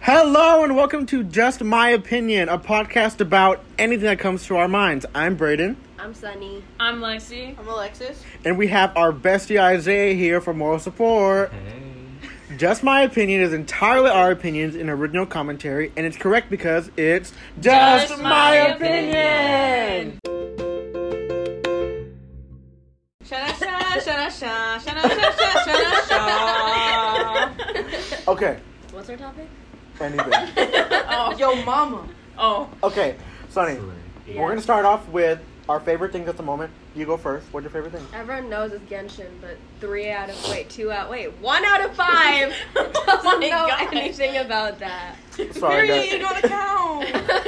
Hello and welcome to Just My Opinion, a podcast about anything that comes to our minds. I'm Braden, I'm Sunny. I'm Lexi. I'm Alexis. and we have our bestie Isaiah here for moral support. Just My Opinion is entirely our opinions in original commentary, and it's correct because it's Just, My, opinion. Shana sha shana sha shana sha sha shana sha. Okay, What's our topic? anything. Oh, Yo, mama. oh. okay, Sonny, Yeah. we're gonna start off with our favorite things at the moment. You go first. What's your favorite thing? Everyone knows it's Genshin, but three out of wait, two out wait, one out of five doesn't Oh my know gosh. anything about that. Sorry, Period, you guys. gotta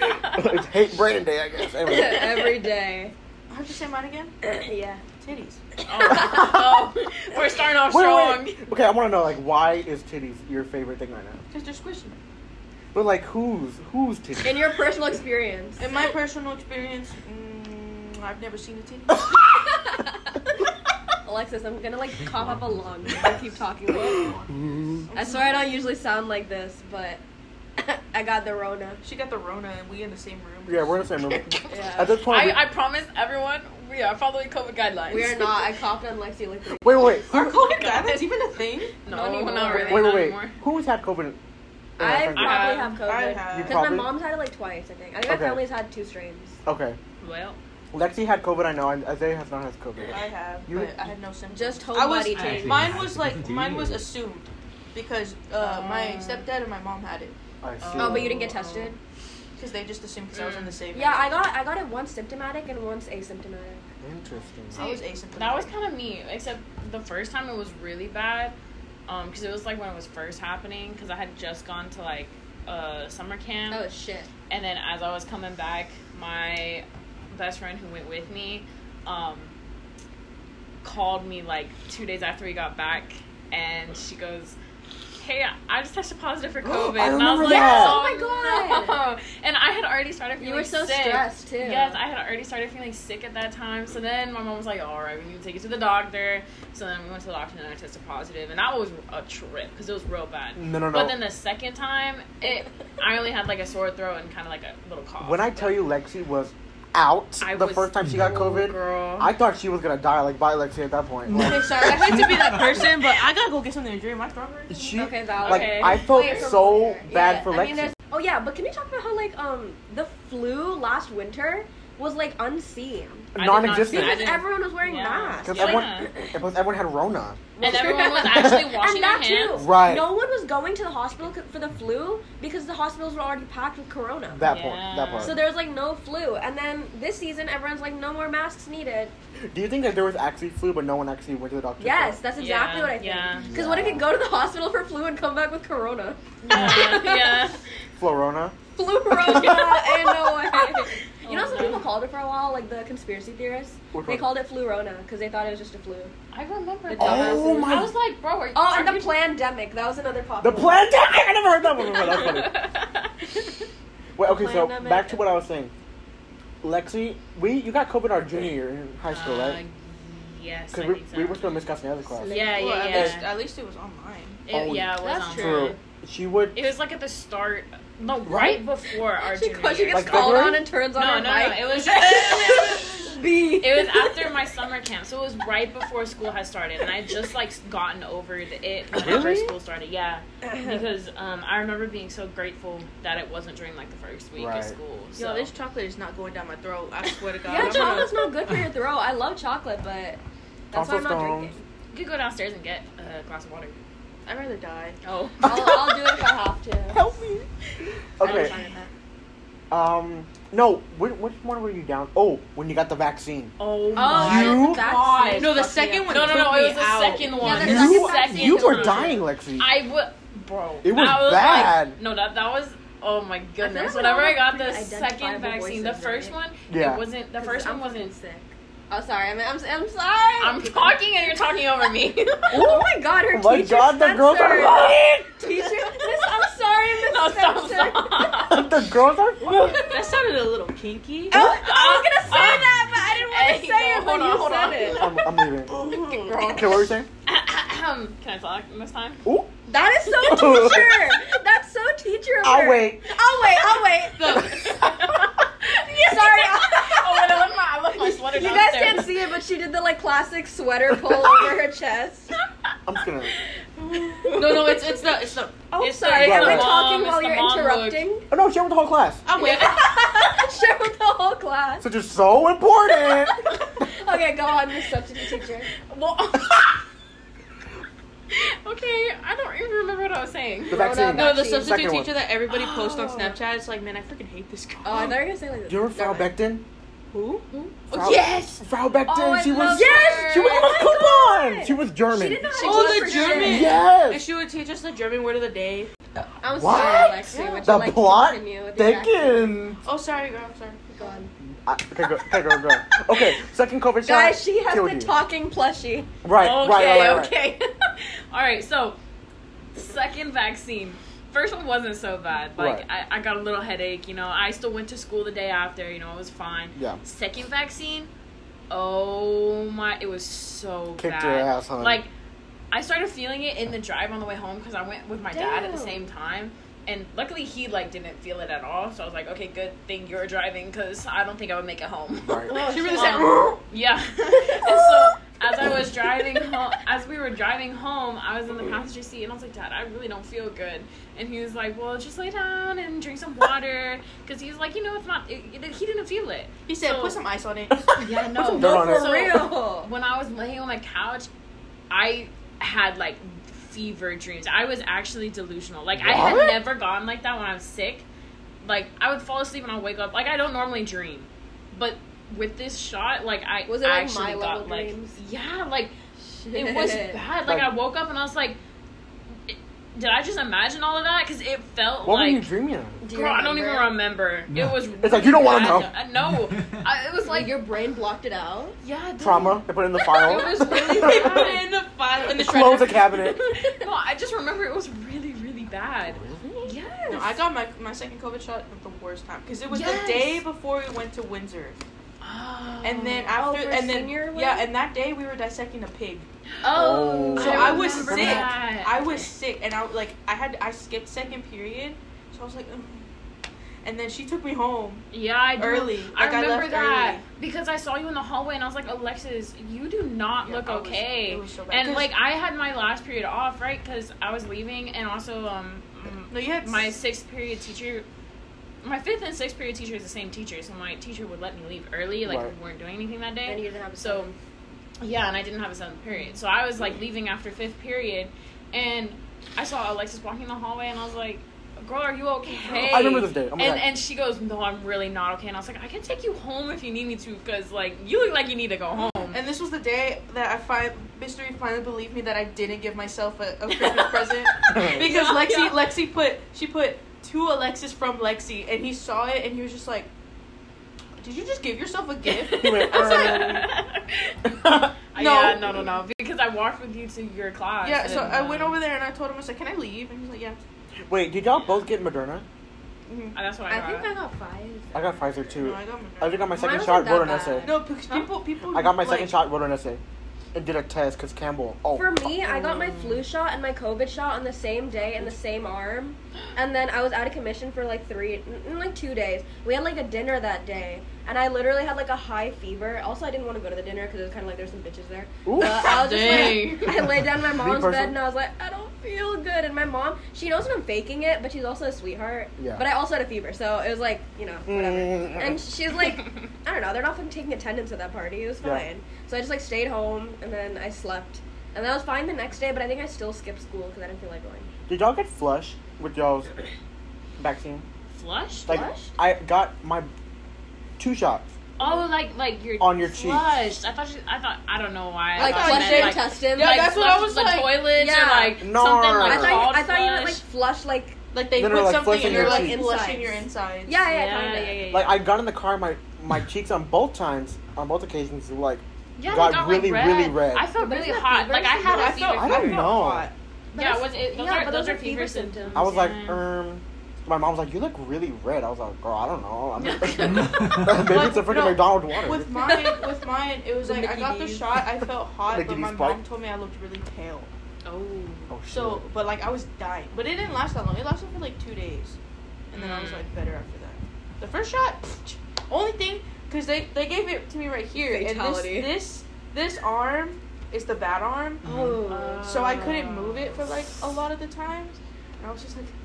count. it's hate Braden Day, I guess. Anyway. Every day. How'd you say mine again? yeah. Titties. Oh, oh. we're starting off Wait, strong. wait. Okay, I want to know like why is titties your favorite thing right now? Because they're squishy. But like who's who's titties? In your personal experience. In my personal experience, mm, I've never seen a titty. Alexis, I'm gonna like cough up a lung if I keep talking like this. I swear I don't usually sound like this, but I got the Rona. She got the Rona, and we in the same room. yeah, we're in the same room. Yeah. At this point, I, we- I promise everyone we are following COVID guidelines. We are not. I coughed on Lexi like three wait, wait, wait, Are COVID guidelines even a thing? No, Not anymore. not really. wait, wait, not wait. anymore. Who's had COVID? in- in our I friend probably group? Uh, have COVID. I have. You Because my Probably. mom's had it like twice, I think. I think Okay. my family's had two strains. okay, Well, Lexi had COVID. I know. and Isaiah has not had COVID. I have, You- but I had no symptoms. Just whole I was, body I actually- change. Mine was like Do mine you? was assumed because uh, my stepdad and my mom had it I see. Oh, but you didn't get tested? because they just assumed because I was in the same. Yeah, I got I got it once symptomatic and once asymptomatic. Interesting. I was asymptomatic. that was kind of me. Except the first time it was really bad, um, because it was like when it was first happening. Because I had just gone to like uh, summer camp, Oh shit. and then as I was coming back, my best friend who went with me, um, called me like two days after we got back, and she goes. Hey, I just tested positive for COVID, and I remember was like, that. Oh my God. no." And I had already started feeling You were so sick. stressed too. Yes, I had already started feeling sick at that time. So then my mom was like, "All right, we need to take you to the doctor." So then we went to the doctor and I tested positive, and that was a trip because it was real bad. No, no, no. But then the second time, it I only had like a sore throat and kind of like a little cough. When I But tell you Lexi was out I the was- first time she got COVID, girl, I thought she was gonna die. Like by Lexi at that point. Like, Okay, sorry. I hate to be that person, but I gotta go get something to drink. My throat hurts. she Okay, valid. like Okay. I felt Wait, from so where? bad Yeah, for I mean, Lexi. there's- oh yeah, but can we talk about how like um the flu last winter was like unseen I did not see non-existent. it. I because didn't- everyone was wearing Yeah. masks. Because Yeah. everyone, and plus everyone had Rona. and everyone was actually washing and that their hands. too. Right. No one was going to the hospital c- for the flu because the hospitals were already packed with corona. That Yeah. point. That part. So there was like no flu, and then this season everyone's like no more masks needed. Do you think that there was actually flu, but no one actually went to the doctor? Yes, that's exactly Yeah, what I think. yeah. Because what if you go to the hospital for flu and come back with corona? Yeah, yeah. Florona. Flu corona and no way. You know, Oh, some no. people called it for a while, like the conspiracy theorists. Which They one? called it flu rona because they thought it was just a flu. I remember. The That. Oh dumbasses. my- I was like, bro, are, Oh, are and the you- plandemic. That was another The popular. pandemic. I never heard that one before. That's funny. Wait, okay, so Pandemic. back to what I was saying. Lexi, we you got COVID our junior year in high school, Uh, right? yes, I Because we, think so. we were still in Miss Castaneda's class. Slay. yeah, yeah, Well, yeah. At least, at least it was online. It, Oh, yeah, it was uh, That's on true. Friday. She would. It was like at the start, no, right, Right? before our She, junior she year. gets Like called February? on and turns on no, her no, no, mic. it was B. it was after my summer camp, so it was right before school had started, and I had just like gotten over the, it whenever Really? school started. Yeah, because um, I remember being so grateful that it wasn't during like the first week Right. of school. So. Yo, this chocolate is not going down my throat. I swear to God. Yeah, I'm chocolate's not good for your throat. I love chocolate, but that's why I'm not Tonsil drinking. you could go downstairs and get a glass of water. Gonna, I'd rather die. Oh, I'll, I'll do it if I have to. Help me. I don't Okay. sign that. Um. No. Which, which one were you down? Oh, when you got the vaccine. oh, Oh, You- the vaccine God. No, the fucked me second up. one- no, no, no! Took It me was the out. second one. Yeah, It the was the you second second you were one. dying, Lexi. I would, bro. It was that was bad. Like, no, that that was. Oh my goodness! we Whenever all I have got the pre-identifiable second vaccine, the voices, first right? one, Yeah. it wasn't. The 'Cause first one I'm fucking wasn't. sick. Oh, sorry. I'm, I'm, I'm sorry. I'm talking and you're talking over me. Oh my god, her Oh my teacher God, the Spencer. girls are funny. Teacher, Miss, I'm sorry, Miss no, stop, Spencer. stop. the girls are. funny. That sounded a little kinky. I was, I was gonna say Uh, that, but I didn't want to hey, say no, it. But you said it. hold on, hold on. I'm, I'm leaving. Okay, what were you saying? Ah, Can I talk this time? Ooh. That is so teacher. That's so picture of I'll her. wait. I'll wait. I'll wait. Sorry. oh, and I left my, I left my sweater You guys downstairs. can't see it, but she did the like classic sweater pull over her chest. I'm just gonna. No, no, it's it's the it's the. Oh, it's the- sorry. it's Right, Am I right. the mom, talking it's while the you're mom look. interrupting? Oh no, share with the whole class. Uh, I'm waiting. Share with the whole class. Such is so important. Okay, go on, Miss Substitute Teacher. Well, okay, I don't even remember what I was saying. the vaccine. No, No, the Second substitute one. teacher that everybody posts on Oh. Snapchat. It's like, man, I freaking hate this girl. Oh, I thought you were gonna say like this. Do you remember Frau Never mind. Beckton? Who? Frau- Oh, Yes! Frau Beckton. Oh, I she was. love her. She was on Oh a my coupon. God. She was German. She didn't know how to Oh, do it the for German- Sure. And Yes. she would teach us the German word of the day. I'm What? sorry, Alexia. Would you The like to plot continue with your accent? Thinking. Oh, sorry, girl. Sorry. Go on. I- Okay, go, okay, go, go. Okay, second COVID shot. Guys, she has killed the you. talking plushie. Right, right, okay, right, right, right. okay. All right, so second vaccine. First one wasn't so bad. Like I, I got a little headache. You know, I still went to school the day after. You know, it was fine. Yeah. Second vaccine. Oh my! It was so Kicked bad. your ass, honey. Like I started feeling it in the drive on the way home because I went with my dad at the Damn. same time. And luckily, he like didn't feel it at all. So I was like, okay, good thing you're driving because I don't think I would make it home. Right. She really shit. said. Um, Yeah. and so as I was driving home, as we were driving home, I was in the passenger seat and I was like, Dad, I really don't feel good. And he was like, Well, just lay down and drink some water. Because he was like, You know, it's not, it, it- he didn't feel it. He said, So- put some ice on it. Yeah, Put some no. dirt on For it. So- real. When I was laying on my couch, I had like fever dreams. I was actually delusional. Like, I had What? never gone like that when I was sick. Like, I would fall asleep and I'll wake up. Like, I don't normally dream. But with this shot, like, I Was it, like, actually my got level like, dreams? yeah, like, it was Shit. bad. Like, Like- I woke up and I was like, "I- did I just imagine all of that? Because it felt What were you like. dreaming of? Do you Girl, I don't even remember? remember. No. It was. It's like, you don't wanna know. bad. Uh, No, I, it was Like like your brain blocked it out. yeah dude. Trauma. They put it in the file. It was really He bad. put it in the file in the Close the shredder. cabinet. No, I just remember it was really really bad. Yes. No, I got my my second COVID shot at the worst time because it was Yes. the day before we went to Windsor, Oh. and then after, for and then senior yeah, week? and that day we were dissecting a pig. oh, So I was remember sick. that. I was sick, and I like I had I skipped second period, so I was like, "Ugh." and then she took me home. Yeah, I do. Early. I Like, I remember left that early. because I saw you in the hallway and I was like, Alexis, you do not Yeah, look I was- okay. it was so bad. and 'Cause- like I had my last period off, right? Because I was leaving, and also um, No, you had my sixth period teacher. My fifth and sixth period teacher is the same teacher, so my teacher would let me leave early. Like Right. we weren't doing anything that day. And you didn't have a So, yeah, and I didn't have a seventh period. So I was like leaving after fifth period, and I saw Alexis walking in the hallway, and I was like, "Girl, are you okay?" I remember this day. Oh and my God. and she goes, "No, I'm really not okay." And I was like, "I can take you home if you need me to, because like you look like you need to go home." And this was the day that I find mystery finally believed me that I didn't give myself a, a Christmas present because Yeah, Lexi yeah. Lexi put she put two Alexis from Lexi, and he saw it, and he was just like, "Did you just give yourself a gift?" He went, I was like, Yeah, No. no, no, no, because I walked with you to your class. yeah, so and, I went um, over there and I told him, I said, "Can I leave?" And he's like, "Yeah." Wait, did y'all both get Moderna? Mhm. and that's what I, I got. think I got five. I got Pfizer too. No, I got I think I got my second wasn't shot, that wrote an bad. essay. no, because people people. I got my like- second shot, wrote an essay. And did a test because Campbell. Oh, For me, I got my flu shot and my COVID shot on the same day in the same arm, and then I was out of commission for like three, n- n- like two days. We had like a dinner that day, and I literally had like a high fever. Also, I didn't want to go to the dinner because it was kind of like there's some bitches there. Ooh. So I was just like, Dang. I laid down in my mom's person. bed and I was like, I don't feel good. And my mom, she knows that I'm faking it, but she's also a sweetheart. Yeah. But I also had a fever, so it was like, you know, whatever. Mm. And she's like, I don't know, they're not fucking taking attendance at that party. It was Yeah. fine. So I just like stayed home and then I slept. And that was fine the next day, but I think I still skipped school because I didn't feel like going. Did y'all get flush with y'all's vaccine? flushed. Like, Flushed? I got my two shots. Oh, like like your On your cheeks. flushed. I thought she, I thought I don't know why. I Like thought she flush meant, your like, intestines. Yeah, like, that's what I flush was the like- toilets Yeah. or like No. something like I Or thought, you, called I thought you meant like flush. Oh flush, like Like they No, no, put like something flushing in your your like cheeks. flushing your insides. yeah, yeah, yeah, kind of. yeah, yeah, yeah. Like, I got in the car, my my cheeks on both times, on both occasions, were like, yeah, they got really, like, really red. I felt But really isn't that hot. fever Like I had symptoms? a I fever. felt, I don't felt know. hot. But yeah, that's- was it, those, yeah, are, but those, are fever symptoms. I was like, Yeah. um, my mom's like, you look really red. I was like, girl, I don't know. I'm Maybe Like, it's a freaking no. McDonald's water. With mine, with mine, it was The like I Mickey got the D's. shot. I felt hot, Mickey but D's my bite. mom told me I looked really pale. Oh. Oh shit. So, but like I was dying, but it didn't last that long. It lasted for like two days, and then I was Mm. like better after that. The first shot, only thing, cause they they gave it to me right here, Fatality. and this this this arm is the bad arm, Oh. so I couldn't move it for like a lot of the times, and I was just like.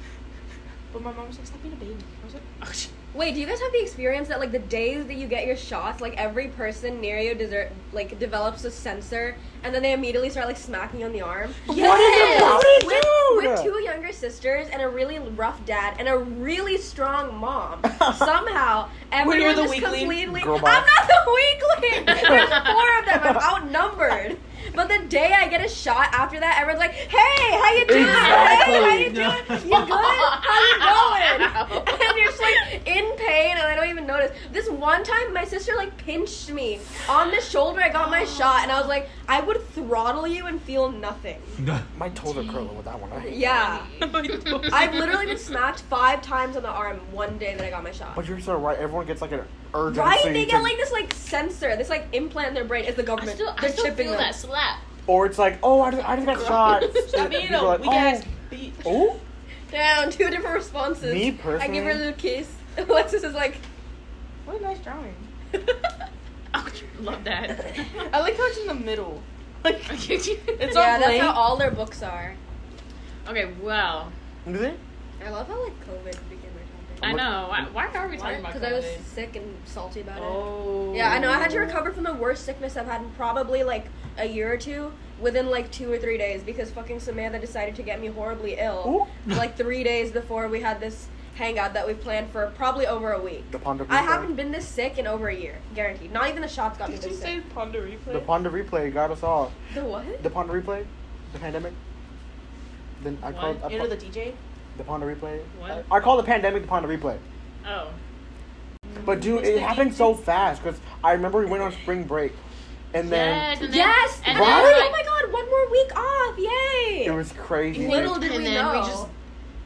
But my mom was like, "Stop being a baby." I was like, Wait, do you guys have the experience that like the days that you get your shots, like every person near you desert like develops a sensor, and then they immediately start like smacking you on the arm? What Yes! did you do? With two younger sisters and a really rough dad and a really strong mom, somehow Were you everyone the just weakling? completely. Girl I'm boss. not the weakling. There's four of them. I'm outnumbered. But the day I get a shot after that, everyone's like, "Hey, how you doing? Hey, how you Exactly. doing? You good? How you going?" and you're just like in pain and I don't even notice. This one time my sister like pinched me on the shoulder, I got my shot and I was like, I would throttle you and feel nothing. My toes are curling with that one. I hate Yeah. I've I've literally been smacked five times on the arm one day that I got my shot. But you're so right. Everyone gets like an urgency. Right? They to- get like this like sensor, this like implant in their brain. It's the I government. still, I They're still chipping feel them. that slap. or it's like, oh, I just, I just got shot. Stop being People a are like, weak ass bitch. Oh, Down, two different responses. Me I give her personally- a little kiss. Alexis is like What a nice drawing. Love that. I like how it's in the middle. Like it's Yeah, all that's blank. how all their books are. okay, well, oh. Is it? I love how like COVID became our topic. I know. Why, why are we talking about Because I was COVID? sick and salty about it. Oh. Yeah, I know. I had to recover from the worst sickness I've had in probably like a year or two within like two or three days because fucking Samantha decided to get me horribly ill Ooh. like three days before we had this hangout that we planned for probably over a week. The Ponder I replay. haven't been this sick in over a year, guaranteed. Not even the shots got me Did you this say sick. Ponder replay? The Ponder replay got us all. The what? The Ponder replay, the pandemic. Then I What? called I you know called- the DJ? the Ponder replay. What? I, I call the pandemic the Ponder replay. Oh. But dude, What's it the happened so fast because I remember we went on spring break, and then Yes. And then, yes! And What? then, Right? Oh my god, one more week off! Yay! it was crazy. Little did And we then know. we just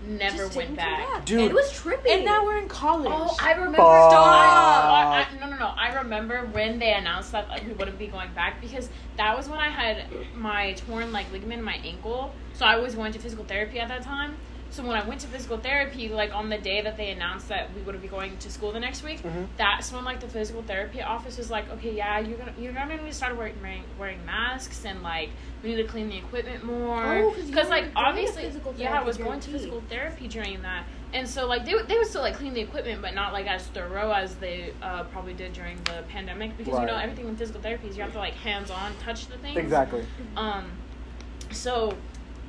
never Just went didn't come back. Dude. It was trippy. And now we're in college. Oh, I remember. Fuck. I, I, no, no, no. I remember when they announced that like, we wouldn't be going back because that was when I had my torn like ligament in my ankle. So I was going to physical therapy at that time. So when I went to physical therapy, like on the day that they announced that we would be going to school the next week, Mhm. that's when like the physical therapy office was like, okay, yeah, you're gonna you're gonna need to start wearing wearing, wearing masks and like we need to clean the equipment more Oh, 'cause you were like going to obviously physical yeah, I therapy was during going to peak. physical therapy during that. And so like they would they would still like clean the equipment, but not like as thorough as they uh, probably did during the pandemic because you know Right. everything in physical therapy is you have to like hands on touch the things. Exactly. Um, so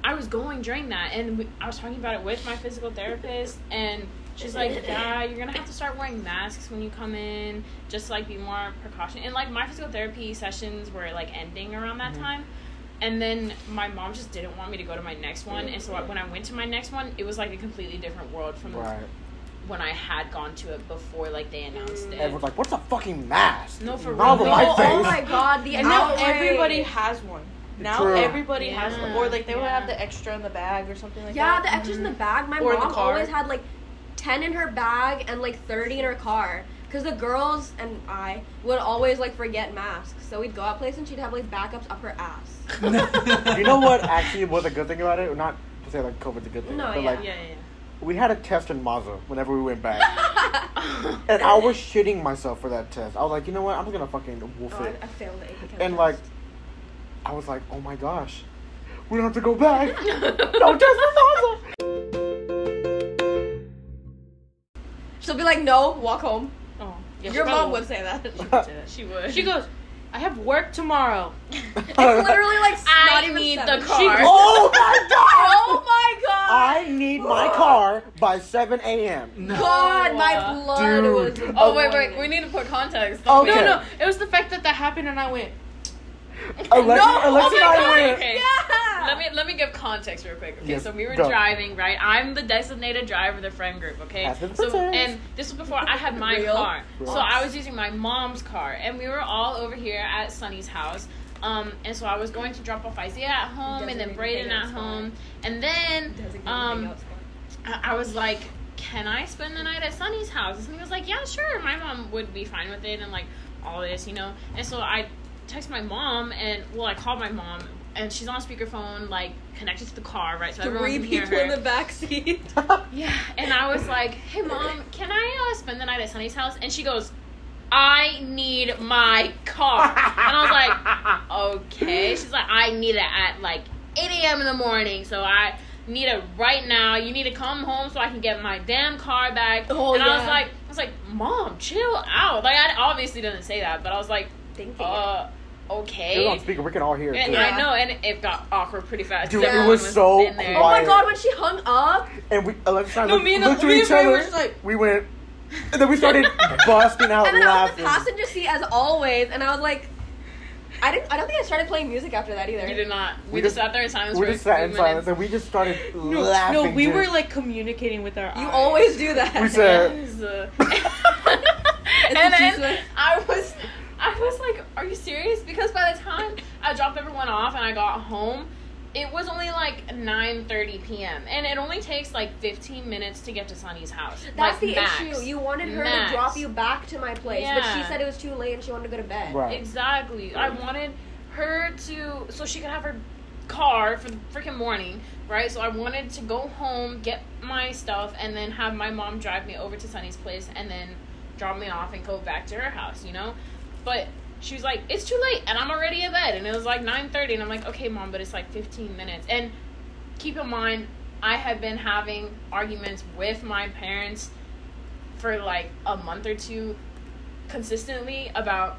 I was going during that, and we, I was talking about it with my physical therapist, and she's like, "Yeah, you're gonna have to start wearing masks when you come in, just to, like be more precaution." And like my physical therapy sessions were like ending around that time. And then my mom just didn't want me to go to my next one, and so I- when I went to my next one, it was like a completely different world from Right. when I had gone to it before, like they announced it. Everyone's like, "What's a fucking mask?" No, for Not real. over my No, face. oh my god, the and now outrage. everybody has one. Now True. everybody has Yeah. one. Or like they would Yeah. have the extra in the bag or something like Yeah, that. the extras in the bag. My Or in the mom car. always had like 10 in her bag and like 30 in her car. Because the girls and I would always like forget masks. So we'd go out place and she'd have like backups up her ass. you know what actually was a good thing about it? Not to say like COVID's a good thing, No, but yeah. like Yeah, yeah. we had a test in Mazda whenever we went back, and I was shitting myself for that test. I was like, you know what? I'm just gonna fucking wolf Oh, I, it. I failed it. And like, I was like, oh my gosh, we don't have to go back. yeah. no test in Mazda. She'll be like, no, walk home. Oh, yeah, Your she mom probably would say that. would do that. she would. She goes, I have work tomorrow. It's literally like s- I not even need seven. the She- car. oh my god! oh my god! I need my car by 7 a.m. God, my Dude. blood was. Oh wait, wait. We need to put context. Oh, don't we? Okay. No, no, it was the fact that that happened and I went, Alexa, No, oh Alexa my and God, I went. okay. Yeah! Let me let me give context real quick. Okay, Yes, so we were go. driving, right? I'm the designated driver of the friend group. Okay, Happens so sometimes. and this was before I had my Real. car, so Right. I was using my mom's car, and we were all over here at Sunny's house. Um, and so I was going to drop off Isaiah at home, and then Designated Brayden hangout at spot. home, and then um, I I was like, "Can I spend the night at Sunny's house?" And Sunny was like, "Yeah, sure." My mom would be fine with it, and like all this, you know. And so I text my mom, and well, I called my mom and she's on speakerphone, like connected to the car, right? So everyone Three can hear people in her. the back seat. yeah, and I was like, "Hey, mom, can I uh, spend the night at Sunny's house?" And she goes, "I need my car," and I was like, "Okay." She's like, "I need it at like 8 a.m. in the morning, so I need it right now. You need to come home so I can get my damn car back." Oh, and I was yeah. like, "I was like, mom, chill out." Like I obviously didn't say that, but I was like, Thinking. "Uh, It was okay." on speaker. We can all hear. it, And too. I know, and it got awkward pretty fast. Dude, it Everyone was so in there. oh my quiet. god, when she hung up, And we Alexa and I No, looked, me and looked to me and each Ray other. were just like- we went, and then we started busting out and then I was laughing. in the passenger seat as always, and I was like, I didn't. I don't think I started playing music after that either. You did not. We, We just just- sat there in silence. we for just a sat few in silence minutes. and we just started No, laughing. no, we dude. were like communicating with our. You eyes. always do that. We said- Yes. uh, and It's a then cheese I was, I was like, "Are you serious?" Because by the time I dropped everyone off and I got home, it was only like nine thirty p.m. and it only takes like fifteen minutes to get to Sunny's house. That's Like, the max. issue. You wanted her Max. to drop you back to my place, but she Yeah. said it was too late and she wanted to go to bed. Right. Exactly. I wanted her to so she could have her car for the freaking morning, right? So I wanted to go home, get my stuff, and then have my mom drive me over to Sunny's place and then drop me off and go back to her house, you know? But she was like, It's too late and I'm already in bed and it was like nine thirty and I'm like, Okay mom, but it's like fifteen minutes and keep in mind I have been having arguments with my parents for like a month or two consistently about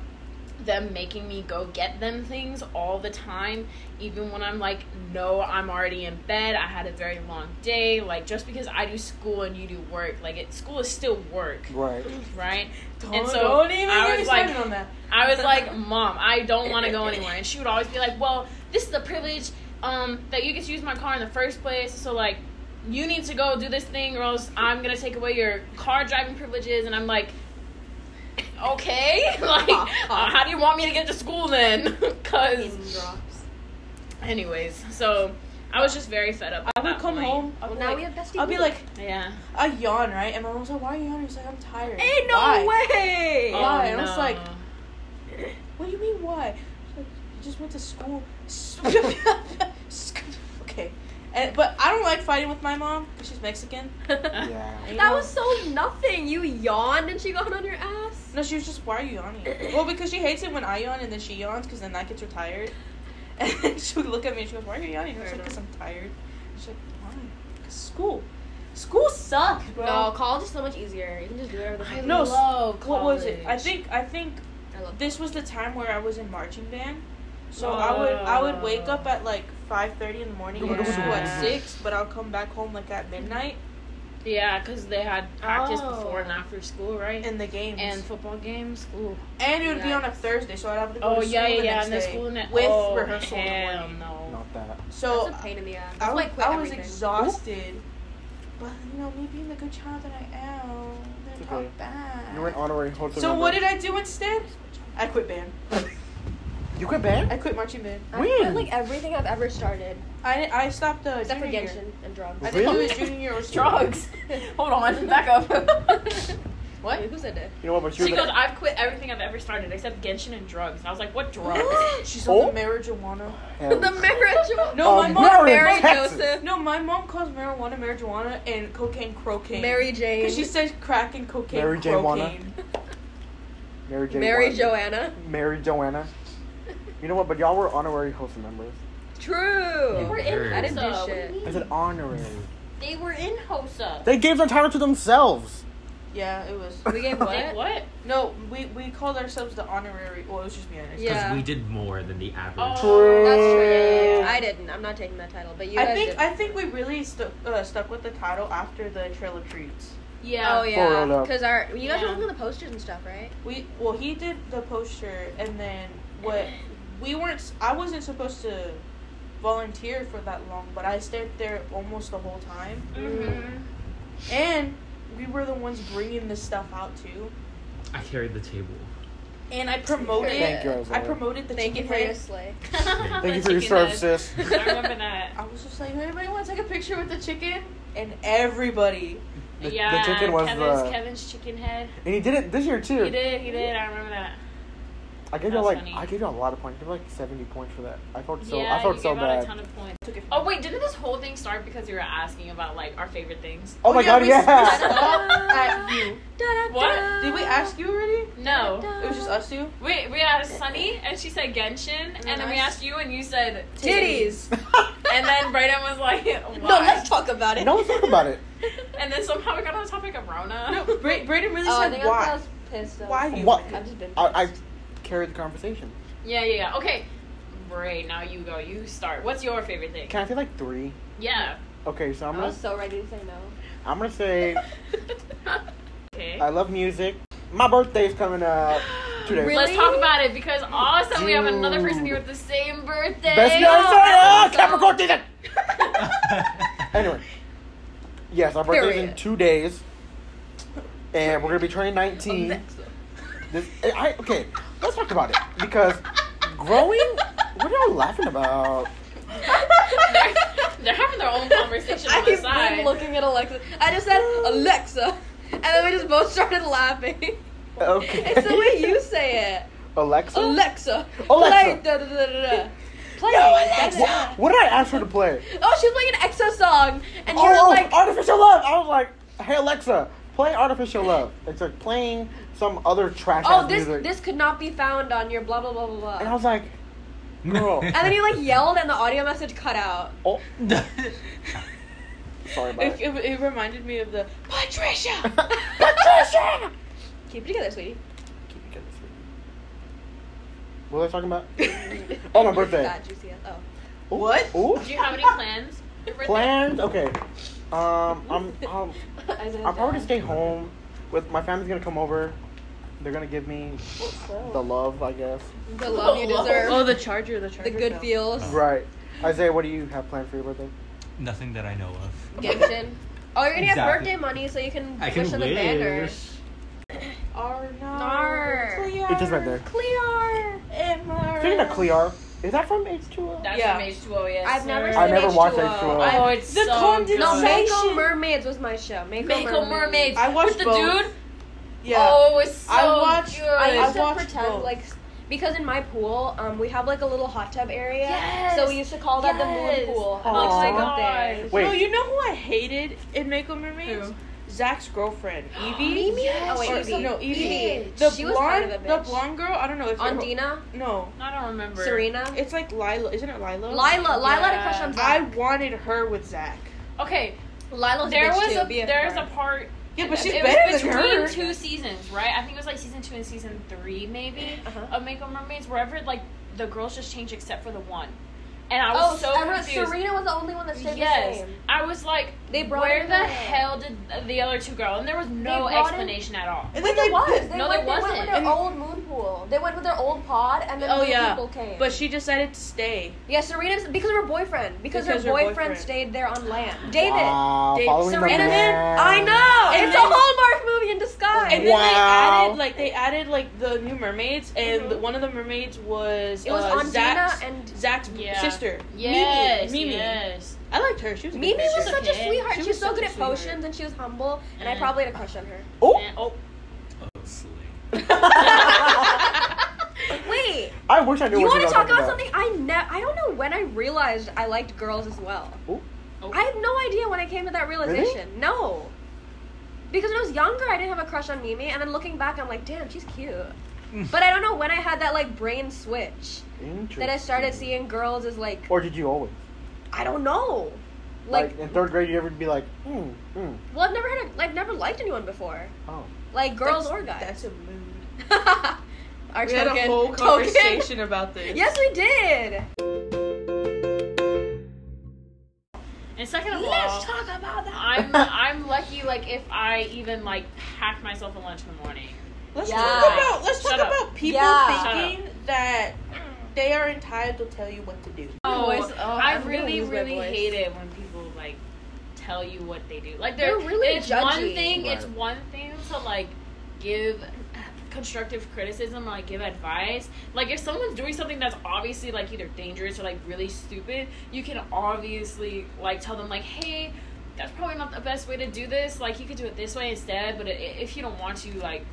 them making me go get them things all the time, even when I'm like, no, I'm already in bed. I had a very long day. Like, just because I do school and you do work, like, it, school is still work, right. right? Don't, and so don't even I get me was like- started on that. I was like, Mom, I don't want to go anywhere. And she would always be like, Well, this is the privilege um, that you get to use my car in the first place. So, like, you need to go do this thing, or else I'm going to take away your car driving privileges. And I'm like, Okay. like, uh, how do you want me to get to school then? Name Because, drops. anyways, so I was just very fed up. I at would that come point. home. I'll Well, be now like, we have bestie. I'll be like, Yeah. I yawn, right? And my mom's like, why are you yawning? She's like, I'm tired. ain't no Why? way. Oh. Why? I was like- no. What do you mean why? She's like, you just went to school. okay. And, but I don't like fighting with my mom because she's Mexican. Yeah. That was so nothing. You yawned and she got on your ass. No, she was just, why are you yawning? well, because she hates it when I yawn and then she yawns because then that gets her tired. And then she'll look at me and she goes, why are you yawning? I was Fair like, because enough. I'm tired. She's like, why? Because school. School sucks, bro. No, college is so much easier. You can just do whatever the I fuck. you No, no, s- love what was it? I college. think, I think want. I love this was the time where I was in marching band. So I would I would wake up at like five thirty in the morning, go to school at Yeah. six, but I'll come back home like at midnight Yeah, because they had practice Oh. before and after school, right? in the games. and football games. Ooh. And it would be on a Thursday, so I'd have to go Oh to school yeah, yeah, the yeah. next And the day school net with oh, rehearsal in the Hell morning. no. Not that. So That's a pain in the ass. I, That's why I quit I was everything. exhausted. But you know, me being the good child that I am, It's then okay. I'm back. You were an honorary hotel. so what did I do instead? I quit band. You quit band? I quit marching band. I quit When? like everything I've ever started, I I stopped uh, except for junior year. Genshin and drugs. I think Really? it was junior year or senior year. Drugs. Hold on, back up. Wait, who said that? You know what? But you she were goes, the, I've quit everything I've ever started except Genshin and drugs. And I was like, what drugs? She's Oh. on the marijuana. The marriage. No, my Um, mom. Mary Mary Texas. Joseph. No, my mom calls marijuana marijuana and cocaine crocaine. Mary Jane. Because she says crack and cocaine Mary J. Wanna. crocaine. Mary J. Mary White. Joanna. Mary Joanna. You know what? But y'all were honorary host members. They were True. in I didn't do HOSA. What shit. do you I mean? said honorary. They were in HOSA. They gave the title to themselves. Yeah, it was. We gave They what? what? No, we we called ourselves the honorary. Well, it was just me. and her. Yeah. Because we did more than the average. Oh. True. That's true. Yeah. I didn't. I'm not taking that title, but you I guys think did. I think we really stuck uh, stuck with the title after the Trail of Treats. Yeah. Oh real, yeah, though. because our you guys Yeah. were looking at the posters and stuff, right? We well, he did the poster, and then what? We weren't. s- I wasn't supposed to volunteer for that long, but I stayed there almost the whole time. Mm-hmm. And we were the ones bringing this stuff out too. I carried the table. And I promoted. Thank you, Isaiah. I promoted the Thank you chicken for your head. slay. Mm-hmm. Thank you for your service, sis. I remember that. I was just like, anybody want to take a picture with the chicken? And everybody. The- the yeah, chicken was Kevin's, the- Kevin's chicken head. And he did it this year too. He did, he did. I remember that. I gave That y'all was like funny. I gave y'all a lot of points. I gave like seventy points for that. I felt so yeah, I felt you so gave out bad. a ton of points. Took it from Oh wait, didn't this whole thing start because you were asking about like our favorite things? oh, my yeah, god, we yeah. stopped at you. What? Did we ask you already? No. It was just us two. We we asked Sunny and she said Genshin, and then we I- asked you and you said Titties. and then Brayden was like, what? No, let's talk about it. no one talk about it. And then somehow we got on the topic of Rona. No, Bra- Brayden really Oh, I said think I why. was pissed. Though. Why do you? What? win? I've just been. Pissed. I, I carried the conversation. Yeah, yeah, yeah. Okay, Bray, now you go. You start. What's your favorite thing? Can I say like three? Yeah. Okay, so I'm I gonna was so ready to say no. I'm gonna say okay. I love music. My birthday's coming up two days. Really? Let's talk about it because all of a sudden we have another person Dude. here with the same birthday. Best year Oh, ever! that's Capricorn season. awesome. Anyway, yes, our birthday's in Period. two days, and we're gonna be turning nineteen. This, I, okay, let's talk about it because growing. What are y'all laughing about? they're, they're having their own conversation I on the keep been side. looking at Alexa. I just said Alexa, and then we just both started laughing. Okay. It's the way you say it. Alexa. Alexa, Alexa. play da da da da. da. Play No, da, Alexa. da, What, da. what did I ask her to play? Oh, she's playing an EXO song, and Oh, you're oh, like, artificial love. I was like, hey Alexa, play artificial love. It's like playing some other trash. "Oh, ass this music. this could not be found on your blah blah blah blah blah." And I was like, Girl. And then you like yelled, and the audio message cut out. oh, sorry about It, it. it, it reminded me of the Patricia. Patricia. Keep it together, sweetie. Keep it good, sweetie. What was I talking about? Oh, my birthday. That juicy ass- Oh. Ooh, What? Ooh. Do you have any plans? Your birthday? Plans? Okay. Um, I'm, I'm, I'm probably gonna stay home. With my family's gonna come over. They're gonna give me the love, I guess. The love you deserve. Oh, Oh, the charger, the charger. the good fell. feels. Right. Isaiah, what do you have planned for your birthday? Nothing that I know of. Genshin. Oh, you're gonna get Exactly. birthday money so you can I wish can on the banner. wish. Arnar. Nar. It's just right there. Clear. Speaking of Clear, is that from H2O? That's Yeah. from H2O, yes. I've never sir. seen I never watched H2O. H2O. Oh, it's The so condensation. good. No, Mako Sensation. Mermaids was my show. Mako, Mako Mermaids. I watched With the both. dude. Yeah. Oh, it's so I watched- good. I used I to watched pretend both. like because in my pool, um, we have like a little hot tub area. Yes. So we used to call that the Yes. moon pool. Oh my gosh. Wait. No, you know who I hated in Make a Mermaid? Who? Zach's girlfriend, Evie. Mimi? Yes, Oh wait, Or- she Evie. No, Evie. Evie. The she was blonde, kind of a the bitch. blonde girl. I don't know. If you're- Ondina, No, I don't remember. Serena, it's like Lila. Isn't it Lila? Lila. Lila had a Yeah. crush on I Zach. wanted her with Zach. Okay, Lila was there a bitch was too. a BFF. there's a part. Yeah, but she's it better was than between her. two seasons, right? I think it was like season two and season three, maybe, Uh-huh. of Make a Mermaids, wherever like the girls just changed except for the one. And I oh, was so I remember confused. Serena was the only one that stayed the yes, same. I was like, They brought where it the in. hell did the other two go? And there was no brought it- explanation at all. And Wait, then there they was. They No, went, there they went with wasn't. their old moon pool. They went with their old pod, and then Oh, new yeah. people came. But she decided to stay. yeah, Serena's because of her boyfriend. Because, Because her, her boyfriend, boyfriend. stayed there on land. David. Wow, David, following the Serena. man. I know. And it's then- a Hallmark movie in disguise. And then they Wow. added like they added like the new mermaids, and Mhm. the- one of the mermaids was it was uh, Ondina Zach's, and Zach's Yeah. sister. Yes, Mimi. Mimi. yes. I liked her. She was a good Mimi was sister. such a Okay. sweetheart. She She was, was so such good a at sweetheart. potions, and she was humble. And I Mm. probably had a crush on her. Oh, And- oh, Wait, I wish I knew. you what want to were talk talking about something? I ne- I don't know when I realized I liked girls as well. oh. I have no idea when I came to that realization. No. Because when I was younger, I didn't have a crush on Mimi, and then looking back, I'm like, damn, she's cute. But I don't know when I had that like brain switch Interesting. that I started seeing girls as like Or did you always? I don't know, Like, like in third grade, you ever be like, hmm, hmm, well I've never had a, I've never liked anyone before, oh. like girls That's- or guys. That's a mood. Our we had a token- whole token. conversation about this. yes, we did. And second of all, Let's talk about that. I'm I'm lucky like if I even like pack myself a lunch in the morning. Let's Yeah. talk about let's Shut talk up. about people Yeah. Shut thinking that they are entitled to tell you what to do. Oh, voice- oh, I I'm gonna really lose my really voice. hate it when people like tell you what they do. Like they're, They're really it's one judgy. thing. It's Right. one thing to like give constructive criticism, like give advice. Like if someone's doing something that's obviously like either dangerous or like really stupid, you can obviously like tell them like, hey. That's probably not the best way to do this. Like you could do it this way instead, but i- if you don't want to, like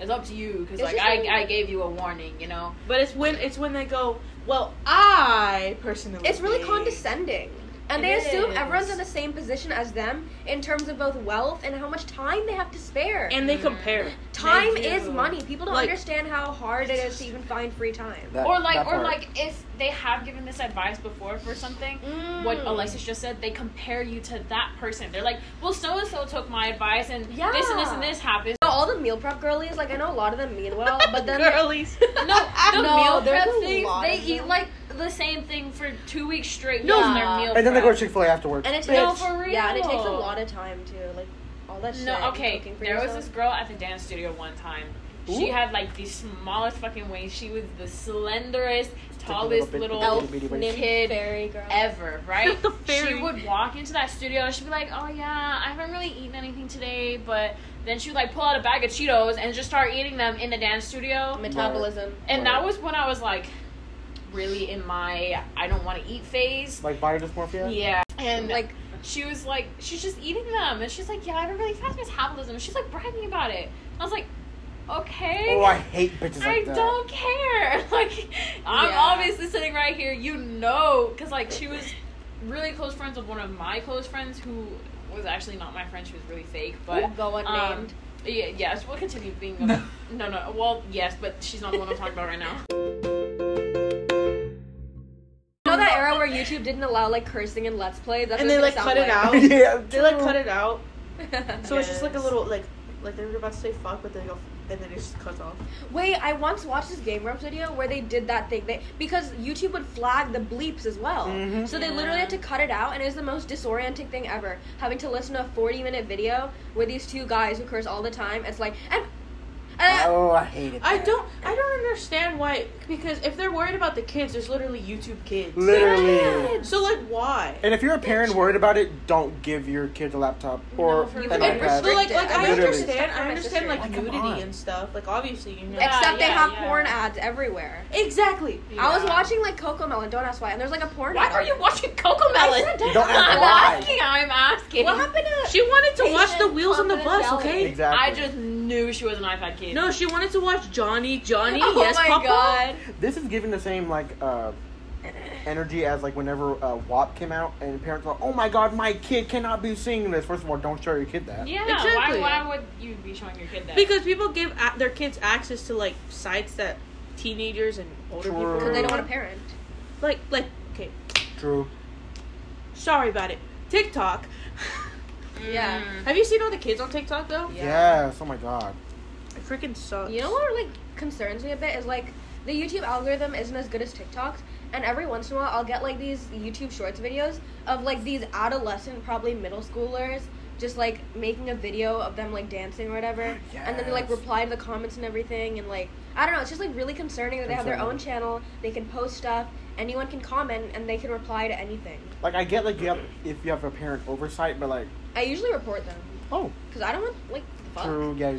It's up to you because It's like just I, really- I gave you a warning, you know. But it's when it's when they go, well, I personally. It's really think." condescending. And Mm. It they assume is. everyone's in the same position as them in terms of both wealth and how much time they have to spare. And they compare. time They do. is money. People don't Like- understand how hard it is to even find free time. That- or like that or part. like if they have given this advice before for something what Mm. alexis just said they compare you to that person they're like well so and so took my advice and Yeah. this and this and this happened So all the meal prep girlies, like I know a lot of them mean well, but then Girlies. no the No, meal there's prep a things lot they of eat them. like the same thing for two weeks straight no Yeah. their meal And then they go prep. to Chick Fil A afterwards. and it takes No, for yeah, and it takes a real. lot of time too, like all that shit. no and okay cooking for there was yourself. this girl at the dance studio one time Ooh. she had like the smallest fucking waist she was the slenderest Just tallest a little little bit- elf bitty bitty nymph kid fairy girl. ever, right? The she fairy. would walk into that studio and she'd be like, Oh yeah, I haven't really eaten anything today, but then she would like pull out a bag of Cheetos and just start eating them in the dance studio. Metabolism. And that was when I was like really in my I don't wanna eat phase. like body dysmorphia. Yeah. And like Like she was like she's just eating them and she's like, Yeah, I have a really fast metabolism. She's like bragging about it. I was like, Okay. Oh, I hate bitches like I that. don't care. Like, I'm Yeah. obviously sitting right here. You know, because like she was really close friends with one of my close friends who was actually not my friend. She was really fake, but um, um, go unnamed. yeah, yes, we'll continue being. A, no, no. Well, yes, but she's not the one I'm talking about right now. You know that era where YouTube didn't allow like cursing in Let's Play? That's And what they like it's cut gonna it sound out. yeah, They like cut it out. like. So it's just like a Yes. little like like they were about to say fuck, but then they go and then it just cuts off. Wait, I once watched this Game Grumps video where they did that thing. They because YouTube would flag the bleeps as well, Mhm. so they literally had to cut it out, and it was the most disorienting thing ever. Having to listen to a forty-minute video with these two guys who curse all the time. It's like and. Uh, Oh, I hate it. I don't I don't understand why because if they're worried about the kids, there's literally YouTube kids. Literally. So like why? And if you're a parent worried about it, don't give your kids a laptop or No, for an real. But iPad. Like, So like restricted. like I Literally. understand I understand like Like, come on. nudity and stuff. Like obviously you know Yeah, except they yeah, have yeah. porn ads everywhere. Exactly. I was Yeah. watching like Coco Melon. Don't ask why. And there's like a porn. Why ad. are you watching Coco I Melon? said You don't ask I'm why. asking. I'm asking. What happened to? She wanted to watch the Patient wheels on the bus, confidentiality. okay? Exactly. I just knew she was an iPad kid. No, she wanted to watch Johnny, Johnny, oh yes, my Papa. god. This is giving the same like uh, energy as like whenever uh, WAP came out, and parents were, "Oh my God, my kid cannot be seeing this." First of all, don't show your kid that. Yeah. Exactly. Why, why would you be showing your kid that? Because people give a- their kids access to like sites that teenagers and older True. people Because they don't are want on. to parent. like like okay, True. sorry about it. TikTok. Yeah. Mm. Have you seen all the kids on TikTok though? Yes. Oh my God. It freaking sucks. You know what like concerns me a bit is like the YouTube algorithm isn't as good as TikTok's, and every once in a while I'll get like these YouTube Shorts videos of like these adolescent, probably middle schoolers, just like making a video of them like dancing or whatever, and then they like Yes. reply to the comments and everything, and like I don't know, it's just like really concerning that they have their own channel, they can post stuff, anyone can comment, and they can reply to anything. Like I get like you have, if you have a parent oversight, but like, I usually report them oh, because I don't want like the fuck. true. Yeah.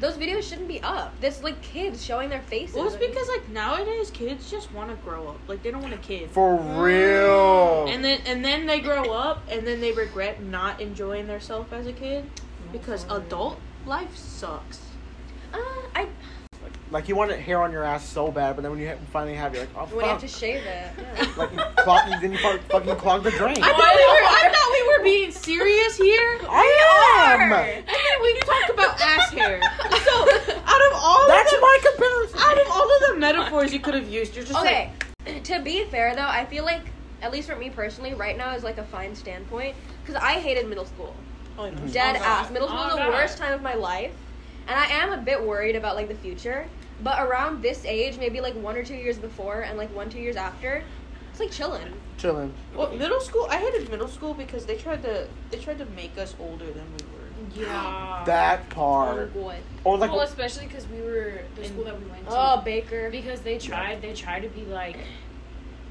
Those videos shouldn't be up. There's like kids showing their faces. Well, it's and- because like nowadays kids just want to grow up. Like they don't want a kid. For real. Mm. And then and then they grow up and then they regret not enjoying themselves as a kid because adult life sucks. uh, I like you want it hair on your ass so bad, but then when you ha- finally have, it, you're like, oh fuck. When you have to shave it. Yeah. like you clog, then you fu- fucking clog the drain. I thought we were I thought we were being serious here. I am. And then we talk about ass hair. So out of all That's of the, my comparison. out of all of the metaphors you could have used, you're just okay. to be fair though, I feel like at least for me personally, right now is like a fine standpoint because I hated middle school, like oh, no. dead Oh, God. ass. Middle school was Oh, the God. worst time of my life, and I am a bit worried about like the future. But around this age, maybe like one or two years before, and like one two years after, it's like chilling. Chilling. Well, middle school. I hated middle school because they tried to they tried to make us older than we were. yeah. That Oh, part. boy. Or like well, especially because we were the school that we went to. Oh, Baker. because they tried, they tried to be like,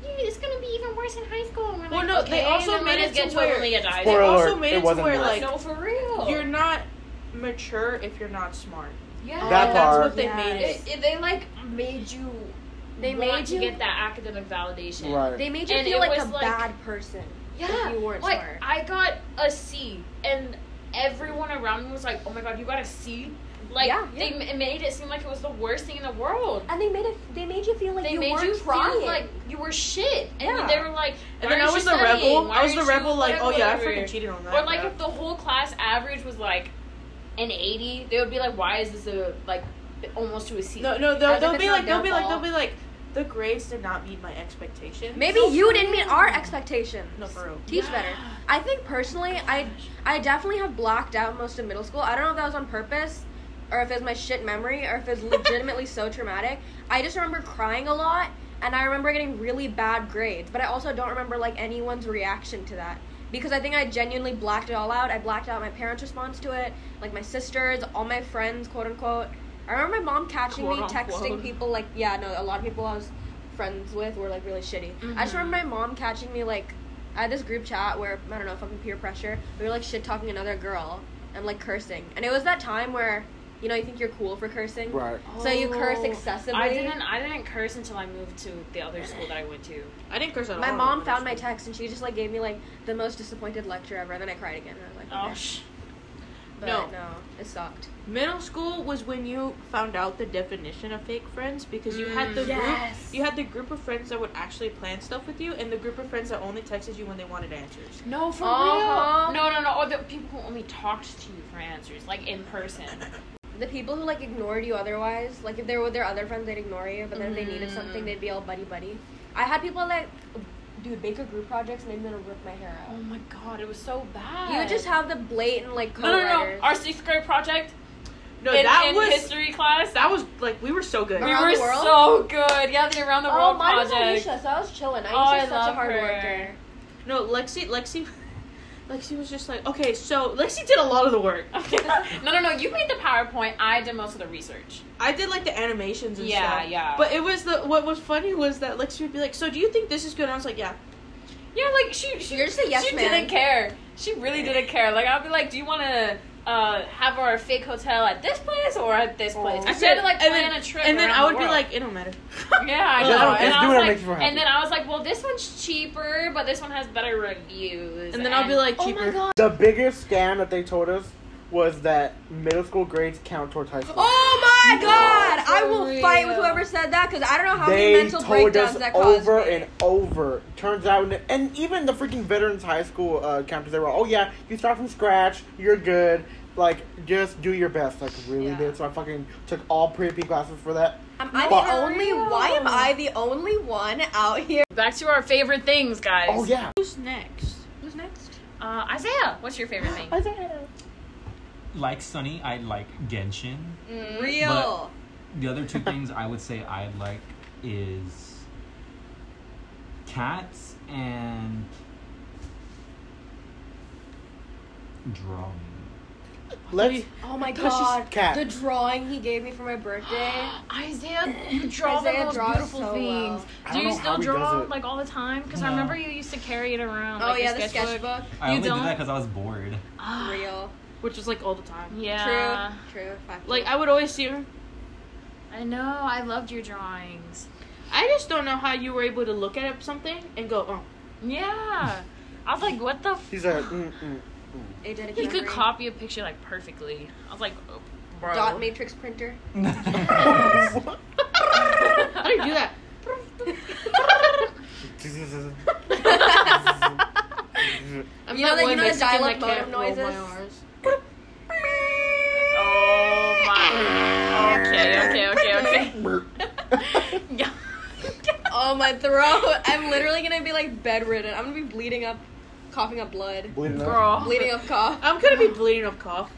"Yeah, it's gonna be even worse in high school. And we're Well, like, no, okay, they also and then made let it us get to it where- when we die. Spoiler they also alert, made it it, to wasn't where worth like no, for real. you're not mature if you're not smart. yeah. That And that's part. what they Yeah. made it. It, it- they like made you. They want made to you- get that academic validation. right. They made you And feel it like a was, like- bad person. Yeah. If you weren't like smart. I got a C, and everyone around me was like, "Oh my god, you got a C." Like Yeah, they yeah. ma- made it seem like it was the worst thing in the world. And they made it. They made you feel like They you made weren't you trying. feel like you were shit, and Yeah. they were like, And "Why then I aren't was you the studying? rebel. Why I was the aren't rebel. you Like, oh yeah, I whatever?" freaking cheated on that. Or like bro. if the whole class average was like an eighty, they would be like, "Why is this a like almost to a C?" no, no, As they'll, if they'll it's be not like, they'll be like, they'll downfall. be like, the grades did not meet my expectations. Maybe you didn't meet our expectations. No, for real. Teach better. I think personally, I I definitely have blocked out most of middle school. I don't know if that was on purpose, or if it's my shit memory, or if it's legitimately so traumatic. I just remember crying a lot, and I remember getting really bad grades. But I also don't remember like anyone's reaction to that because I think I genuinely blacked it all out. I blacked out my parents' response to it, like my sisters, all my friends, quote unquote. I remember my mom catching me Quote, texting unquote. people like, yeah, no, a lot of people I was friends with were like really shitty. I just Mhm. remember my mom catching me like I had this group chat where I don't know, fucking peer pressure. We were like shit talking another girl and like cursing, and it was that time where you know you think you're cool for cursing, Right. so you curse Oh. excessively. I didn't. I didn't curse until I moved to the other school that I went to. I didn't curse at My all. mom found my text and she just like gave me like the most disappointed lecture ever, and then I cried again. And I was like, Oh, okay. sh- But no. no, it sucked. Middle school was when you found out the definition of fake friends because you had the Mm. Yes. group, you had the group of friends that would actually plan stuff with you, and the group of friends that only texted you when they wanted answers. no, for Uh-huh. real. No, no, no. Or the people who only talked to you for answers, like in person. The people who like ignored you otherwise, like if they were with their other friends, they'd ignore you. But then if they needed Mm. something, they'd be all buddy buddy. I had people like, dude, make a group projects, and they're gonna rip my hair Oh out. my god, it was so bad. You would just have the blatant like no, no, no. co-writers. Our sixth grade project No, in, that in was history class. that was like we were so good. we Around were the World? so good. Yeah, the around the oh, world mine was project. Aisha, so I was chilling. Aisha's Oh, I such a love hard her. worker. No, Lexi, Lexi, Lexi was just like, okay, so Lexi did a lot of the work. no, no, no. You made the PowerPoint. I did most of the research. I did like the animations and Yeah, stuff. yeah. But it was the what was funny was that Lexi would be like, so do you think this is good? And I was like, yeah. Yeah, like she, she You're just a yes she man. didn't care. She really didn't care. Like I'd be like, do you want to uh, have our fake hotel at this place or at this place? Oh. I said like and plan then, a trip. And then around I the would be world. like, it don't matter. yeah, I Yeah, know. no, and just I do was what like, makes you happy. and then I was like, well, this one's cheaper, but this one has better reviews. And then I'll be like, oh cheaper. my god. The biggest scam that they told us was that middle school grades count towards high school. Oh my No, god! for I will fight with real. whoever said that because I don't know how many they mental told breakdowns us that caused. over me. and over. Turns out, and even the freaking veterans high school uh, campus, they were, oh yeah, you start from scratch, you're good. Like, just do your best. Like, really Yeah. good. So I fucking took all pre-AP classes for that. Am I Fuck. the only? Why am I the only one out here? Back to our favorite things, guys. Oh yeah. Who's next? Who's next? Uh, Isaiah, what's your favorite thing? Like Sunny, I like Genshin. Mm. Real. The other two things I would say I like is cats and drawing. Let's. Oh my That's just god! cat. The drawing he gave me for my birthday. Isaiah, you draw Isaiah the most draws beautiful so well. things. I Do don't you know how still he draw does it. like all the time? Because I No. remember you used to carry it around. oh like, yeah, the the sketchbook. sketchbook. I You only did don't? that because I was bored. Ah, Real. Which was like all the time. Yeah. True. True. Fact. Like I would always see her. I know. I loved your drawings. I just don't know how you were able to look at something and go, oh. Yeah. I was like, what the? F-? He's a. Mm, mm. A dedicated He could memory. copy a picture like perfectly. I was like, oh, bro. dot matrix printer. What? How do you do that? I'm You know that that- one you know the Mexican dial-up that can't modem roll my noises? R's. oh my. Okay. Okay. Okay. Okay. yeah. Oh my throat! I'm literally gonna be like bedridden. I'm gonna be bleeding up, coughing up blood, Believe it or not, Girl. bleeding up cough. I'm gonna be bleeding of cough.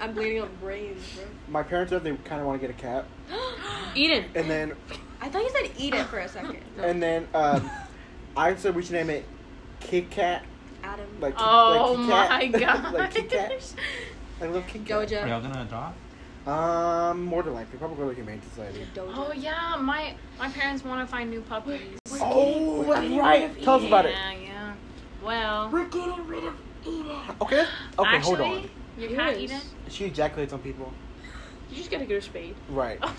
I'm bleeding up brains, bro. My parents said they kind of want to get a cat, Eden. and then I thought you said eat it for a second. and then um, I said we should name it Kit Kat, Adam. like Kit- Oh my like Kit Kat. god. like Kit Kat. I love Kit Kat. Are y'all Doja. gonna adopt? Um, more than likely, probably go to Humane Society. Doja. Oh yeah, my my parents want to find new puppies. Oh, that's right. Tell us about it. Yeah, yeah. Well, We're getting rid of Eden. Okay. Okay, actually, hold on. Your cat Eden. She ejaculates on people. You just gotta get her spayed. Right. Oh.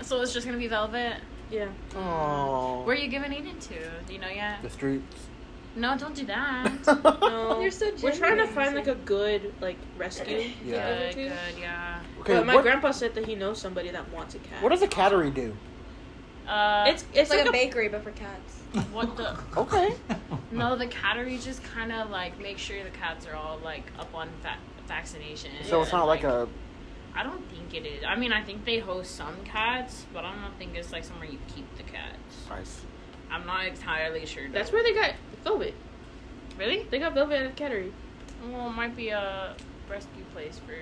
So it's just gonna be Velvet. Yeah. Oh. Where are you giving Eden to? Do you know yet? The streets. No, don't do that. No, You're so we're trying to generous. find like a good like rescue. Yeah. Good, good, yeah. Okay, But my what, grandpa said that he knows somebody that wants a cat. what does a cattery do? Uh, it's it's like, a, bakery but for cats. what the? Okay. No, the cattery just kind of like make sure the cats are all like up on va- vaccination. So it's not like a. I don't think it is. I mean, I think they host some cats, but I don't think it's like somewhere you keep the cats. I'm not entirely sure. That's where they got velvet. really. They got velvet at a cattery. Well, it might be a rescue place for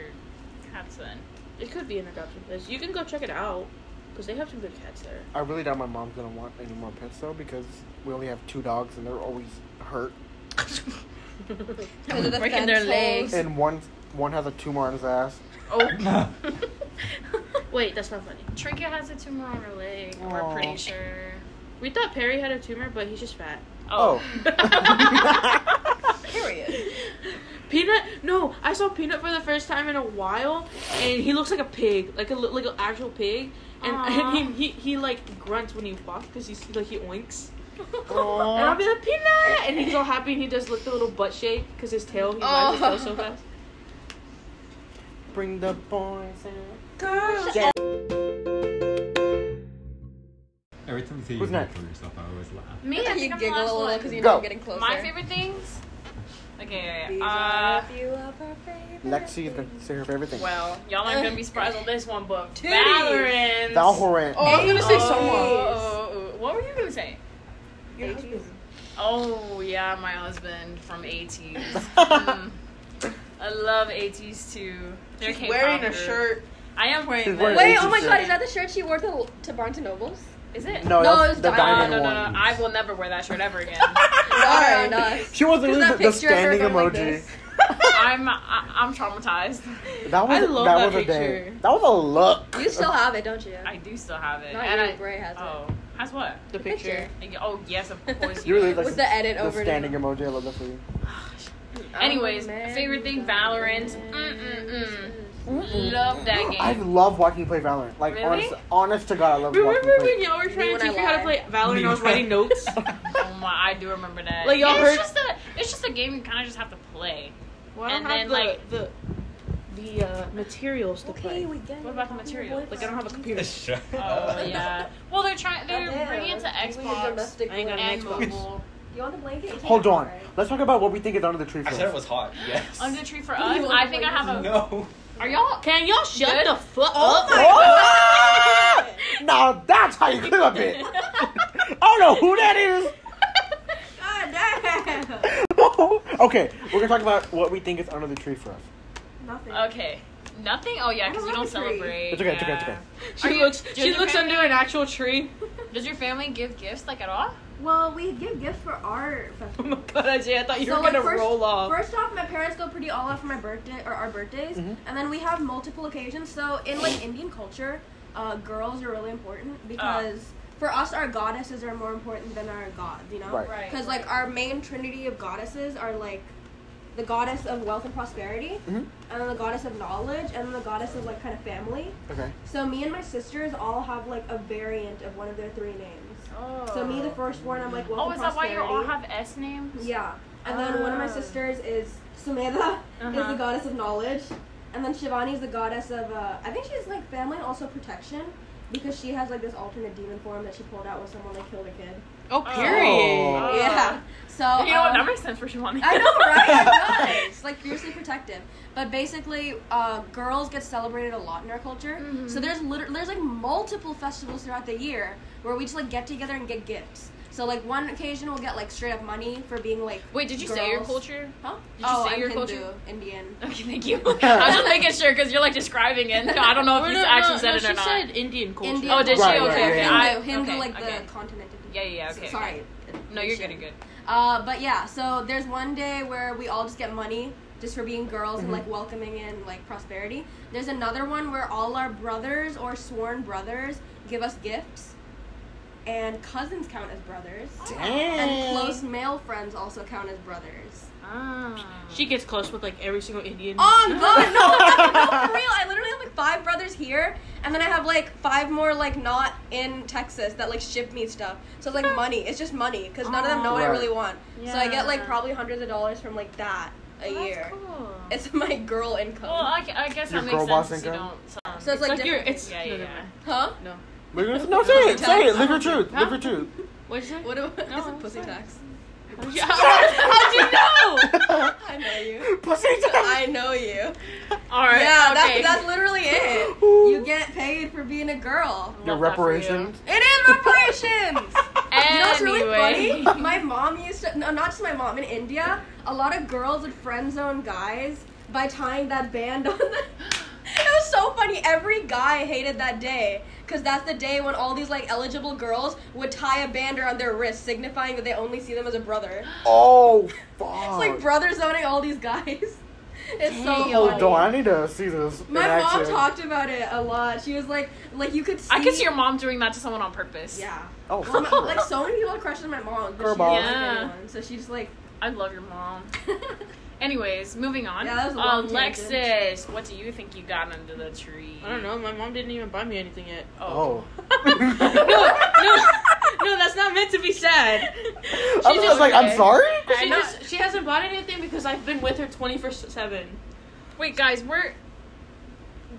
cats then. It could be an adoption place. You can go check it out because they have some good cats there. I really doubt my mom's gonna want any more pets though because we only have two dogs and they're always hurt. Because of the Breaking fence their holes. legs. And one one has a tumor on his ass. Oh, wait, that's not funny. Trinket has a tumor on her leg. We're Aw. pretty sure. We thought Perry had a tumor, but he's just fat. Oh. Period. Peanut? No, I saw Peanut for the first time in a while, and he looks like a pig, like a li- like an actual pig, and, Aw. and he, he he like grunts when he walks because he's like he oinks, and I'll Aw. be like Peanut, and he's all happy, and he does like the little butt shake because his tail he wags his tail so Oh. fast. Bring the boys in. Oh. Every time you say you Who's can next? kill yourself, I always laugh. Me, I you think I'm the giggle last a little one. because you Go. know I'm getting closer. My favorite things. Okay. These uh, are a few of our favorite Lexi is things. gonna say her favorite thing. Well, y'all aren't gonna be surprised on this one, but Titties. Valorant. Valorant. Oh, I was gonna say Oh, someone. What were you gonna say? Oh yeah, my husband from ATs. Mm. I love ATs too. They're She's K-pop wearing a group. shirt. I am wearing. She's This. wearing Wait, oh my Agency. god, is that the shirt she wore to, to Barnes and Nobles? Is it? no, No, that's it's the di- No, diamond no, no, one. no. I will never wear that shirt ever again. Not around us. She was literally the, There's that the picture of her standing going emoji. like this. I'm I, I'm traumatized. that was I love that, that was a day. picture. That was a look. You still have it, don't you? I do still have it. Not and you, I, Bray has it. oh, has what? The picture. Oh yes, of course. You really like With the edit the over it. standing emoji. I love that for you. Anyways, I'm a man favorite thing, without Valorant. a Mm, mm, mm. Mm-mm. Love that I game. love watching you play Valorant. Like Really? honest, honest to God, I love watching you Remember when play. y'all were trying when to I teach me how to lied. play Valorant and I was Me. writing notes? Oh my, I do remember that. Like, y'all it's heard- just a, it's just a game you kind of just have to play. Well, I don't have And then, the, the the uh, materials to play. Okay, we get it. What about the material? Like I don't have a computer. Oh yeah. Well, they're trying. They're Goddamn. bringing it to We need Xbox domestic I ain't got work. an and Xbox. mobile. You want the blanket? You Hold can't- on. Let's talk about what we think is under the tree. I first. said it was hot. Yes. Under the tree for You us. want I think I one, have a. no. Are y'all? Can y'all shut Good. the fuck up? Ah! Now that's how you clear a bit. I don't know who that is. God damn. okay, we're gonna talk about what we think is under the tree for us. Nothing. Okay. Nothing. Oh yeah, because I we don't don't have a tree. celebrate. It's okay, it's okay, it's yeah. okay. She Are you- looks. does She your looks family- under an actual tree. Does your family give gifts like at all? Well, we give gifts for our Oh festival. my god, Ajay, I thought you So, were like, gonna first- roll off. First off, my parents go pretty all out for my birthday or our birthdays, Mhm. and then we have multiple occasions. So in like Indian culture, uh, girls are really important because for us, our goddesses are more important than our gods. You know, Right. Because like our main trinity of goddesses are like the goddess of wealth and prosperity, Mhm. and then the goddess of knowledge, and then the goddess of like kind of family. Mm-hmm. Okay. So me and my sisters all have like a variant of one of their three names. Oh. So me, the firstborn, I'm like wealth Oh, and is that why prosperity. you all have S names? Yeah. And then one of my Ah. sisters is Sumedha, is Uh-huh. the goddess of knowledge. And then Shivani is the goddess of, uh, I think she's like family and also protection. Because she has like this alternate demon form that she pulled out when someone like killed a kid. Oh, Oh. period. Oh. Yeah. So. You know what? um, That makes sense for Shivani. I know, right? It does. Like fiercely protective. But basically, uh, girls get celebrated a lot in our culture. Mhm. So there's liter- there's like multiple festivals throughout the year where we just like get together and get gifts. So like one occasion we'll get like straight up money for being like Wait, did you say your Girls. culture? Huh? Did you oh, say I'm your Hindu, culture? Indian. Okay, thank you. I was just making sure because you're like describing it. No, I don't know if you actually said it or she not. said Indian culture. Indian. Oh, did she? Right, okay, right, okay. yeah. I, Hindu, Hindu okay, like okay. the continent of India. Yeah, yeah, yeah. So- Okay. Sorry. No, you're good. You're good. Uh, but yeah, so there's one day where we all just get money just for being girls and Mm-hmm. Mhm. like welcoming in like prosperity. There's another one where all our brothers or sworn brothers give us gifts, and cousins count as brothers. Damn. And close close male friends also count as brothers. Oh, Ah. She gets close with like every single Indian. Oh God, no, no, for real. I literally have like five brothers here, and then I have like five more like not in Texas that like ship me stuff. So it's like money. It's just money because none of them know what I Right. really want. So I get like Yeah. probably hundreds of dollars from like that a year. Cool. It's my girl income. Well, I, I guess Your that girl makes boss sense. if You income? don't. um, so it's, It's like, like you're. different- It's yeah, no, yeah, never yeah. mind. huh? No. No, say it. Say it. Live your truth. Live your truth. What'd you say? What do, No, is it I'm pussy sorry. tax? How'd you, how'd you know? I know you. Pussy I know you. All right. yeah, okay. that's that's literally it. Ooh. You get paid for being a girl. Your Love that for you. reparations. It is reparations. You know what's really Anyway. funny? My mom used to, no, not just my mom, in India, a lot of girls would friend zone guys by tying that band on them. It was so funny. Every guy hated that day because that's the day when all these like eligible girls would tie a band around their wrist, signifying that they only see them as a brother. Oh, It's like fuck. brother zoning all these guys. It's so Oh, funny. don't. I need to see this. in My mom action. talked about it a lot. She was like, like you could see. I could see your mom doing that to someone on purpose. Yeah. Oh, Well, fuck. my- like so many people crushed on my mom, but Girl she boss. didn't like Yeah. anyone, so she's like. I love your mom. Anyways, moving on. Yeah, that was a um, long tangent. Lexus, what do you think you got under the tree? I don't know. My mom didn't even buy me anything yet. Oh. No, that's not meant to be sad. I was just like, I'm sorry? She, know. just, she hasn't bought anything because I've been with her 24 7. Wait, guys, we're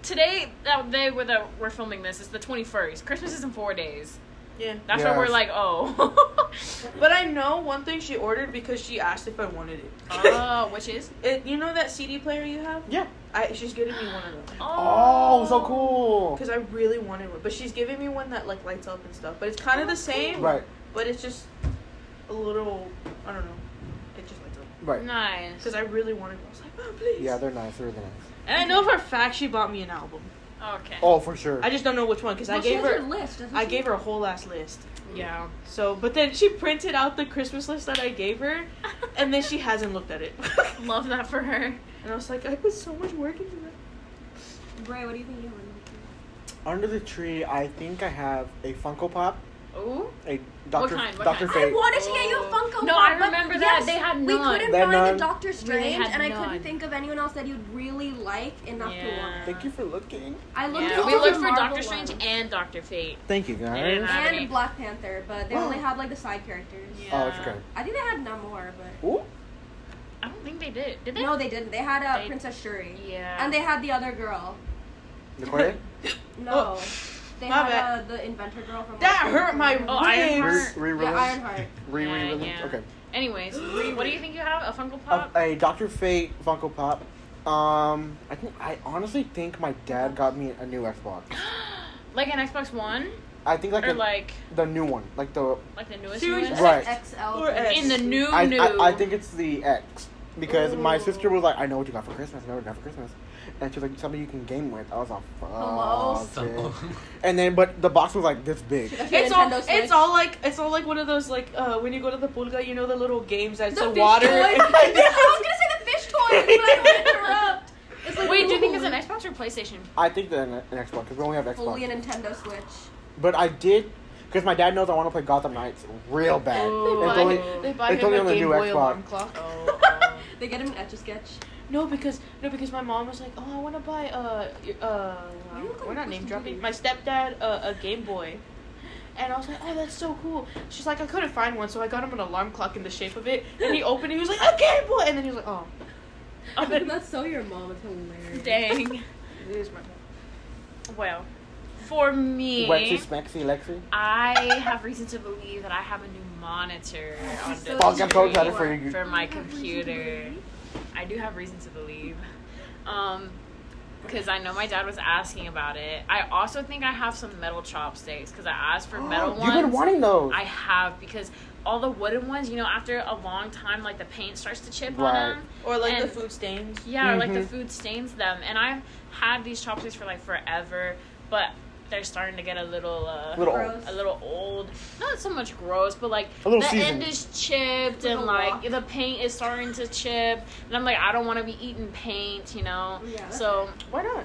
today. That day where the, we're filming this is the twenty first. Christmas is in four days. Yeah. That's why we're Yes. like, oh, But I know one thing she ordered because she asked if I wanted it. uh, which is It- you know that CD player you have? Yeah. I, she's giving me one of them Oh, so cool. because I really wanted one. But she's giving me one that like lights up and stuff. But it's kind of the same. Right, But it's just a little. I don't know. It just lights up right. Nice. because I really wanted one. I was like, oh please. Yeah, they're nice. They're really nice. And I know for a fact she bought me an album. Okay. Oh, for sure. I just don't know which one because I Well, she gave has her. her list, doesn't I she? gave her a whole ass list. Yeah. So, but then she printed out the Christmas list that I gave her, and then she hasn't looked at it. Love that for her. and I was like, I put so much work into that. Bray, what do you think you want? Under the tree, I think I have a Funko Pop, Ooh. a Doctor kind? What Doctor I Fate. wanted to get you a Oh. Funko No, Pop, I but remember that. yes, They had We none. couldn't They had find none. a Doctor Strange, had and I none. couldn't think of anyone else that you'd really like enough to Yeah. want. Thank you for looking. I looked Yeah, at we all looked the for Marvel Doctor Strange ones. and Doctor Fate. Thank you, guys. Yeah. and Happening. Black Panther, but they Oh. only had like the side characters. Oh, it's okay. I think they had Namor, but Ooh, I don't think they did. Did they? no, they didn't. They had uh, They- Princess Shuri, Yeah. and they had the other girl. Nicole, No, they Oh. my had bad. uh, the inventor girl from That Lost hurt my World. Oh, Ironheart. re Heart. re yeah, Ironheart. re Yeah, release. yeah. Okay, Anyways, what do you think you have? A Funko a, Pop? a Doctor Fate Funko Pop. Um, I think I honestly think my dad got me a new Xbox. like an Xbox One, I think like, or a- like the new one, like the like the newest Series one? Right. XL. Or X. In the new I, new. I, I think it's the X because my Ooh. sister was like, I know what you got for Christmas. I know what you got for Christmas. And she was like, something you can game with. I was like, fuck. Oh, Hello? it." And then, but the box was like this big. It's all, it's all like it's all like one of those like uh, when you go to the pulga, you know the little games that's the, water. Toy. I was gonna say the fish toy, but I don't wanna interrupt. It's like Wait, do you think it's ooh, an Xbox or PlayStation? I think the an Xbox because we only have Xbox. fully a Nintendo Switch? but I did because my dad knows I want to play Gotham Knights real bad. Ooh, it's I- only, they buy it's him only a on the Game new Boy Xbox. alarm clock. Oh. They get him an etch a sketch. No, because no, because my mom was like, oh, I want to buy uh y- uh You look like we're a not name person dropping. who- My stepdad uh, a Game Boy, and I was like, oh, that's so cool. She's like, I couldn't find one, so I got him an alarm clock in the shape of it, and he opened it. He was like, a Game Boy, and then he was like, oh, That's so your mom. It's hilarious. Dang. it is my mom. Well, for me, Wexy, Smexy, Lexi. I have reason to believe that I have a new monitor on so the Fuck, I'm so screen excited for you. for my computer. I do have reason to believe. Um, because I know my dad was asking about it. I also think I have some metal chopsticks because I asked for metal You've ones. been wanting those. I have because all the wooden ones, you know, after a long time, like the paint starts to chip Right. on them. Or like the And- food stains. Yeah, or like the Mhm. food stains them. And I've had these chopsticks for like forever, but they're starting to get a little, uh, little Gross. a little old. Not so much gross, but like A little the seasoned. end is chipped With and a like rock. the paint is starting to chip. And I'm like, I don't want to be eating paint, you know. Yeah, that's so, Why not?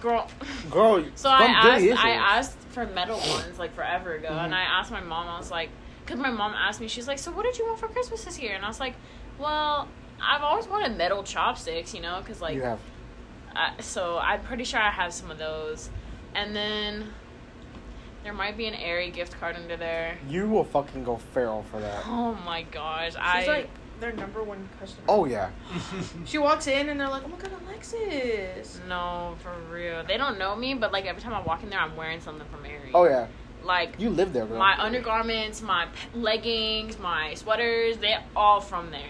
girl. girl. So I come get asked, it, I isn't it? Mm-hmm. asked for metal ones like forever ago, and I asked my mom. I was like, because my mom asked me, she's like, "So what did you want for Christmas this year?" And I was like, "Well, I've always wanted metal chopsticks, you know, because like, you have. I, so I'm pretty sure I have some of those." And then there might be an Airy gift card under there. You will fucking go feral for that. Oh my gosh, I She's like their number one customer. Oh yeah. She walks in and they're like, "Oh my god, Alexis!" no for real. They don't know me, but like every time I walk in there, I'm wearing something from Airy. Oh yeah. like You live there, bro. my undergarments, my p- leggings, my sweaters, they all from there.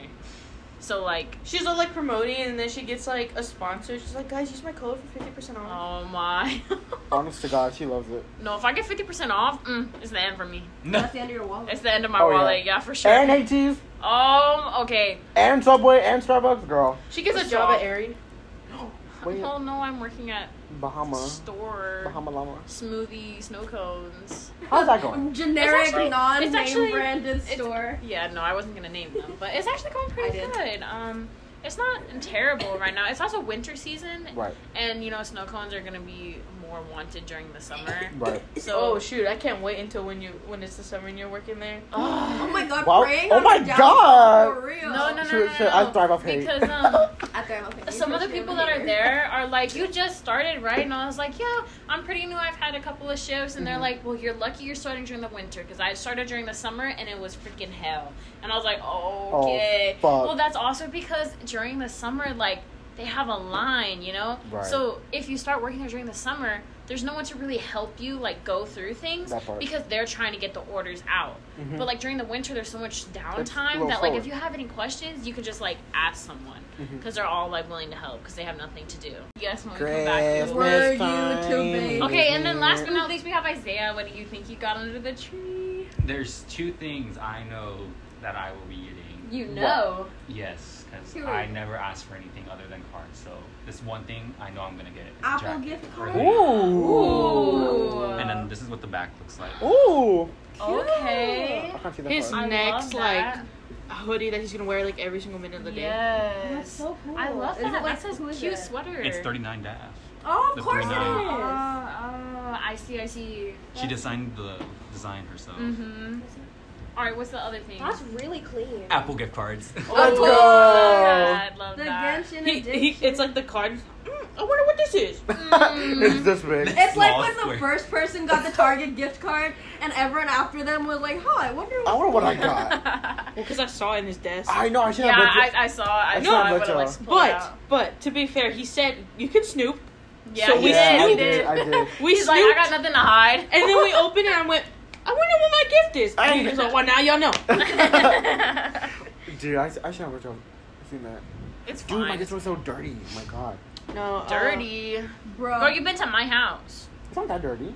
So like, She's all like promoting, and then she gets like a sponsor. She's like, "Guys, use my code for fifty percent off." oh my. Honest to God, she loves it. no, if I get fifty percent off, mm, it's the end for me. No. That's the end of your wallet. It's the end of my Oh, yeah. wallet. Yeah. for sure. And ATs, um, okay. and Subway, and Starbucks, girl. She gets What's a job wrong? at Aerie. Wait. Well, no, I'm working at Bahama. store Bahama Llama. smoothie snow cones. How's that going? Generic, actually- it's non-name actually- branded it's- store. Yeah, no, I wasn't gonna name them, but it's actually going pretty I did. good. Um, it's not terrible right now. It's also winter season, Right, and you know snow cones are gonna be more wanted during the summer. right. So Oh shoot, I can't wait until when you when it's the summer and you're working there. Oh my god, Wow. praying Oh on my the down- God. For real. No, no, no, Sure, no, sure, no, I thrive off hate. Because um, After I'm okay, some of the you're people a that are hater. there are like, you just started, right? And I was like, yeah, I'm pretty new. I've had a couple of shifts, and they're Mhm. like, well, you're lucky you're starting during the winter because I started during the summer and it was freaking hell. And I was like, okay. Oh, fuck. Well, that's also because during the summer, like, they have a line, you know. Right. So if you start working there during the summer, there's no one to really help you like go through things That part. because they're trying to get the orders out. Mm-hmm. Mhm. But like during the winter, there's so much It's a downtime little that like slower. if you have any questions, you can just like ask someone Mm-hmm. Mhm. because they're all like willing to help because they have nothing to do. Yes, when we come back. Christmas we Were will- you to time be- is Okay, and then last but near. not least, we have Isaiah. What do you think you got under the tree? There's two things I know that I will be eating. You know. Yes, Here because we I go. never ask for anything other than cards. So this one thing I know I'm gonna get. is a Apple jacket gift or card? hoodie. Ooh. Ooh. And then this is what the back looks like. Ooh. Okay. I can't see that His part. I next love that. like hoodie that he's gonna wear like every single minute of the day. Yes. Oh, That's so cool. I love Is that. it like- That's who a is cute it? sweater. It's 39 DAF. Oh, of The course it is. three Oh, nine. oh, I see. I see. She designed the design herself. Mhm. All right. What's the other thing? That's really clean. Apple gift cards. Let's Oh, go. I love The that. Genshin He, addiction. he, it's like the card. Mm, I wonder what this is. it's this big. It's like when Lost the way. first person got the Target gift card, and everyone after them was like, "Huh, I wonder." I What wonder what I got. yeah, Well, cause I saw it in his desk. I know. I should have. I, looked I saw. I It's saw. not I would much, have like split But out. but to be fair, he said you can snoop. Yeah, so at- he we yeah, I did. He snooped. did. did. I did. We He's snooped, like, I got nothing to hide. and then we opened it and I went, I wonder what my gift is. I- And he was like, well, now y'all know. Dude, I, I should have looked up. Seen that. it's Dude, my fine. this was so dirty. Oh my god, No, uh, Dirty. I uh, bro. Girl, you've been to my house. it's not that dirty.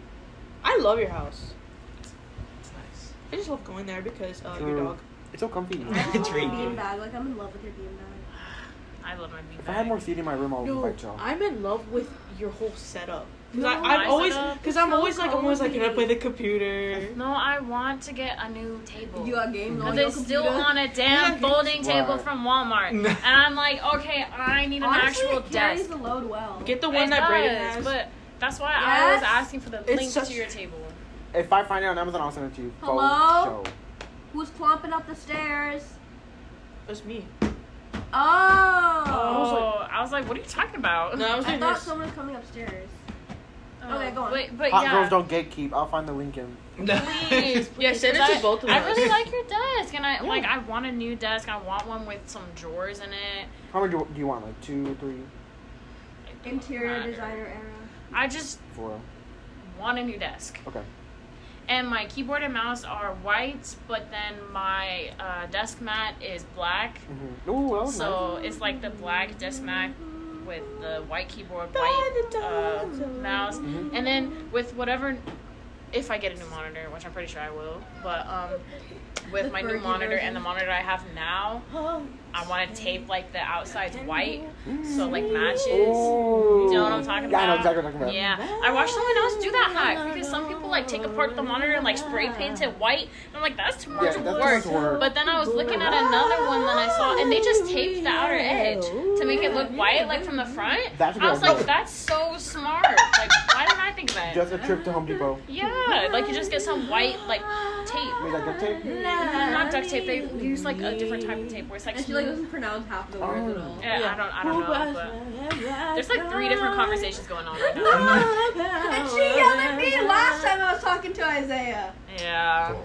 I love your house. It's nice. I just love going there because uh, True. your dog. It's so comfy. I if love my Drinking. beanbag. Like I'm in love with your beanbag. I love my beanbag. I had more seat in my room, I would No, Oh, invite y'all. I'm in love with your whole setup. Cause No, I, my I'm always, setup cause is I'm so always like, I'm always like, can I cozy. play the computer? No, I want to get a new table. You got game on But your it's computer. still on a Yeah. damn folding table Right. from Walmart. and No. I'm like, okay, I need an Honestly, actual it carries desk. the load well. Get the It one that Brayden does, has. But that's why I Yes. was asking for the It's link such- to your table. If I find it on Amazon, I'll send it to you. Faux Hello? show. Who's clomping up the stairs? That's me. Oh. Oh, I was like, what are you talking about? No, I was I doing thought this. someone was coming upstairs. Oh, Okay, go on. Wait, but Hot yeah. girls don't gatekeep. I'll find the link in. Please, Yeah, please, send it 'cause to I- both of I us. really like your desk, and I like. I want a new desk. I want one with some drawers in it. How many do do you want? Like two, three, It don't Interior matter. designer era. I just four? want a new desk, Okay. and my keyboard and mouse are white, but then my uh, desk mat is black. Mm-hmm. Ooh, that was So it's like the black desk mat with the white keyboard, white uh, mouse, Mhm. and then with whatever, if I get a new monitor, which I'm pretty sure I will, but um, with The my new Fergie monitor version. and the monitor I have now, I want to tape like the outsides white, so like matches. nice. Ooh. You know what I'm talking Yeah, I know about? exactly what you're talking about. Yeah, I watched someone else do that hack because some people like take apart the monitor and like spray paint it white. And I'm like, that's too Yeah, much that's work. too much work. But then I was looking at another one that I saw, and they just taped the outer edge to make it look white, like from the front. That's a I was good idea. like, that's so smart. Like, why didn't I think of that? Just a trip to Home Depot. Yeah, like you just get some white like tape. Made that duct tape? Not duct tape. They use like a different type of tape where it's like. And she like doesn't pronounce half the words at all. yeah, I don't. I don't know. But there's like three different conversations going on right now. And she yelled at me last time I was talking to Isaiah. Yeah. Well,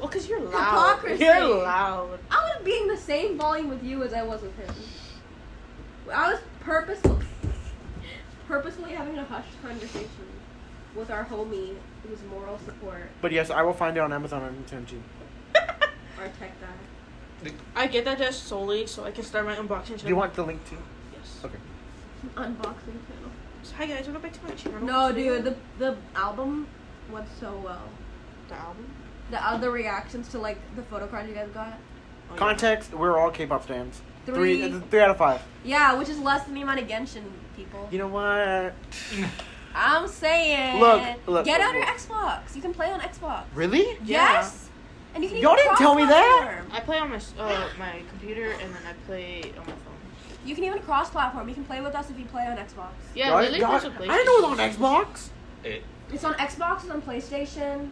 Well, cause cause you're loud. Hypocrisy. You're loud. I was being the same volume with you as I was with him. I was purposeful, purposely having a hushed conversation with our homie, who's moral support, But yes, I will find it on Amazon on Nintendo. our tech guy. I get that just solely so I can start my unboxing channel. Do you want the link too? Yes. Okay. Oh, Unboxing channel. Hi guys, welcome back to my channel. No, dude, the the album went so well. The album. The other reactions to like the photo card you guys got. Oh, Context: We're all K-pop fans. Three, Three. uh, three out of five. Yeah, which is less than the amount of Genshin people. You know what? I'm saying. Look, look, Get look, out your look. Xbox. You can play on Xbox. Really? Yeah. Yes. And you can Y'all even didn't tell me that. cross-platform. I play on my s- uh, my computer and then I play on my phone. You can even cross-platform. You can play with us if you play on Xbox. Yeah, Y'all- Lily y'all- plays with I didn't know it was on Xbox. Eh, It's on Xbox. It's on PlayStation.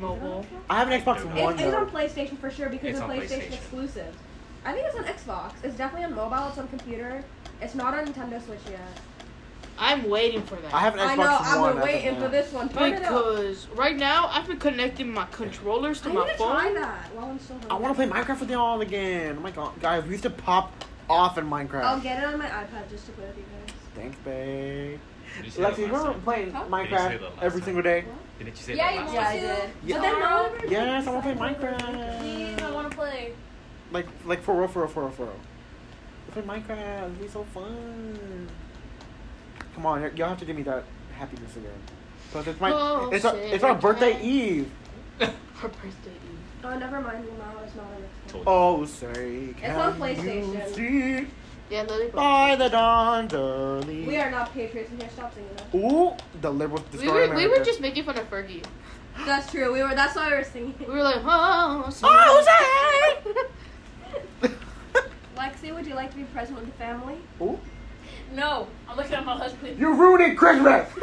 mobile. I have an Xbox It- One. it's on though. PlayStation for sure because Oh, It's of on PlayStation, PlayStation. exclusives. I think it's on Xbox. It's definitely on mobile. It's on computer. It's not on Nintendo Switch yet. I'm waiting for that. I have an Xbox I know. One. I've as been of waiting now. for this one. Turn it up. because right now I've been connecting my controllers to I my need to try phone. that while I'm still hungry. I want to play Minecraft with y'all again. Oh my god, guys, we used to pop off in Minecraft. I'll get it on my iPad just to play with you guys. Thanks, babe. Did you say Lexi, that last remember time? playing Huh? Did you say that Minecraft last every time? single day? Didn't you say Yeah, that you last did. time? I did. Yeah. But then Tomorrow? mom- Yes, I want to play Minecraft. Please, I want to play. Like, like for real, for real, for real, for real. Play Minecraft. It'd be so fun. Come on, y'all have to give me that happiness again. Because it's my, Oh, it's our, shit, it's our I birthday can't. eve. Her birthday. Eve. Oh, never mind. Well, now it's not on Xbox. Told you. Oh, say can on you PlayStation. see Yeah, Lily. by the dawn's early? We are not patriots in here. Stop singing that. Ooh, the liberal. We were, we were just making fun of Fergie. That's true. We were. That's why we were singing. We were like, oh, so- Oh, Lexi, would you like to be present with the family? Jose! Ooh, No, I'm looking at my husband. you ruining Christmas.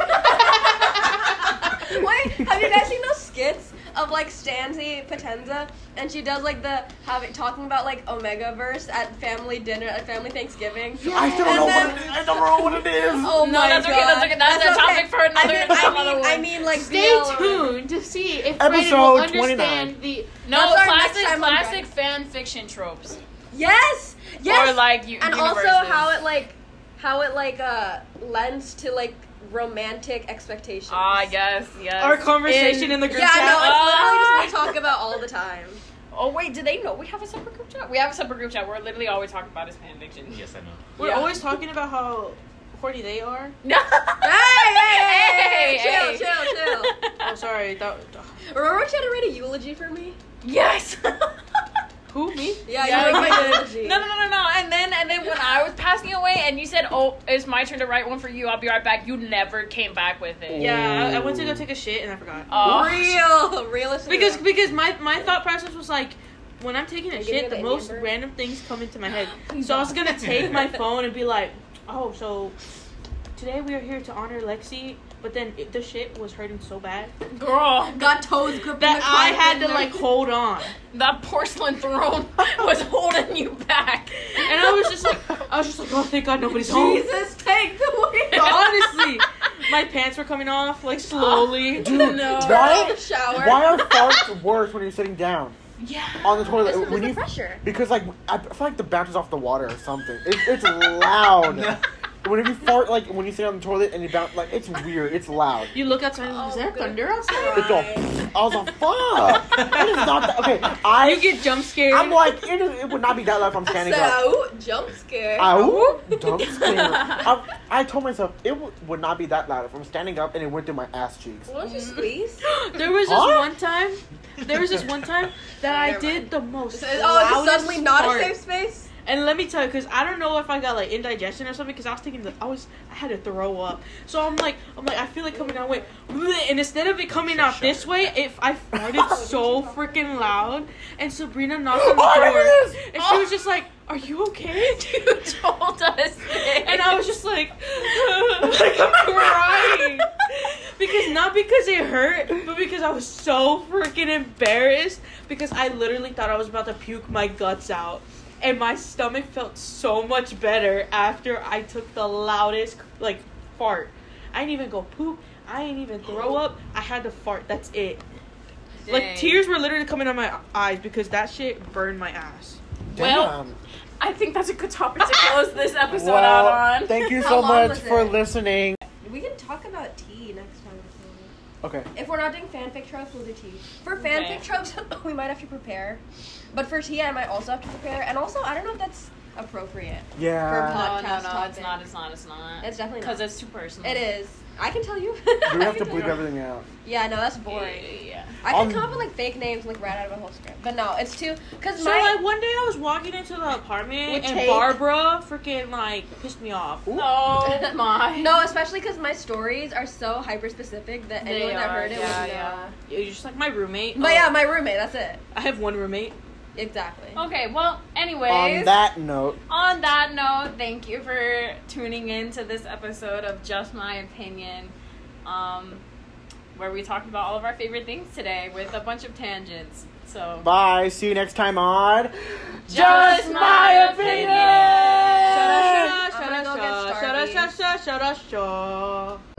Wait, have you guys seen those skits of like Stanzi Potenza, and she does like the having talking about like Omega verse at family dinner at family Thanksgiving? I still don't And know then- what it is. I don't know what it is. Oh No, my that's god. okay, that's okay, that's a topic for another- I mean, I another mean, I one. mean, like Stay BL or- tuned to see if Brandon will Episode understand the. No That's our next classic, time on classic Dragon. fan fiction tropes. Yes, yes. Or like you. and also how it like, how it like uh lends to like romantic expectations. Ah yes, yes. Our conversation in, the group Yeah, I chat. know. It's literally just what we talk about all the time. Oh wait, do they know we have a separate group chat? We have a separate group chat. We're literally all we talk about is fan fiction. Yes, I know. We're Yeah. always talking about how horny they are. No. hey, hey, hey, Hey, chill, hey. chill, Oh, sorry. That, Remember when she had to write a eulogy for me? Yes. Who me? Yeah, Yeah, you like my yeah. eulogy. No, no, no, no, no. And then, and then when I was passing away, and you said, "Oh, it's my turn to write one for you. I'll be right back." You never came back with it. yeah, I, I went to go take a shit and I forgot. Oh. Real, realistic. Because because my my thought process was like, when I'm taking a you shit, gonna the get most Amber? random things come into my head. So I was gonna take my phone and be like, oh, so today we are here to honor Lexi, but then it, the shit was hurting so bad girl, got toes gripping that the I carpet had to and like hold on, that porcelain throne was holding you back. and I was just like, I was just like, oh, thank God nobody's home. Jesus, take the wheel. Honestly, my pants were coming off like slowly. Dude, Out why, of the shower. why are farts worse when you're sitting down yeah. on the toilet? It's because when of you, pressure. because like I feel like the battery's off the water or something. It, it's loud. Whenever you fart, like when you sit on the toilet and you bounce, like it's weird. It's loud. You look outside. and Is Oh, there good. thunder outside? It's all. I was like, fuck. it is not that. Okay, I. You get jump scared. I'm like, it, is- it would not be that loud if I'm standing up. So jump scare. Ow! Dumb scare. I, I told myself it w- would not be that loud if I'm standing up and it went through my ass cheeks. Won't you squeeze? There was this Huh? one time. There was this one time that I Never did the most. oh, it's loudest suddenly not fart. a safe space. And let me tell you, because I don't know if I got like indigestion or something. Because I was thinking that I was, I had to throw up. So I'm like, I'm like, I feel it coming out. Wait, and instead of it coming out this way, if I farted so freaking loud, and Sabrina knocked on the Oh, I remember door, this! and she Oh. was just like, "Are you okay?" You told us. And I was just like, like I'm crying. because not because it hurt, but because I was so freaking embarrassed because I literally thought I was about to puke my guts out. And my stomach felt so much better after I took the loudest like fart. I didn't even go poop. I didn't even throw up. I had to fart. That's it. Like Dang. tears were literally coming out my eyes because that shit burned my ass. Well, Damn. I think that's a good topic to close this episode Well, out on. thank you How so long much was for it? listening. We can talk about tea next time. or something. Okay. If we're not doing fanfic tropes, we'll do tea. For Okay. fanfic tropes, we might have to prepare. But for tea, I might also have to prepare. And also, I don't know if that's appropriate. Yeah. For No, no, no, podcast it's topic. not. It's not. It's not. It's definitely because not. it's too personal. It is. I can tell you. We have to bleep bleep everything out. Yeah, no, that's Yeah, boring. yeah. I can Um, come up with like fake names like right out of a whole script. But no, it's too. Because So my. like one day I was walking into the apartment With and tape. Barbara freaking like pissed me off. Oh my. No, especially because my stories are so hyper specific that They anyone that are, heard it yeah, would know. yeah. You're just like my roommate. But Oh, yeah, my roommate. That's it. I have one roommate. Exactly. Okay. Well, anyways. On that note, on that note, thank you for tuning in to this episode of Just My Opinion, um, where we talked about all of our favorite things today with a bunch of tangents. So, bye. See you next time on Just My Opinion! Shut I'm up, shut up, shut gonna up, go get shut up, shut up, shut up, shut up, shut up, shut up.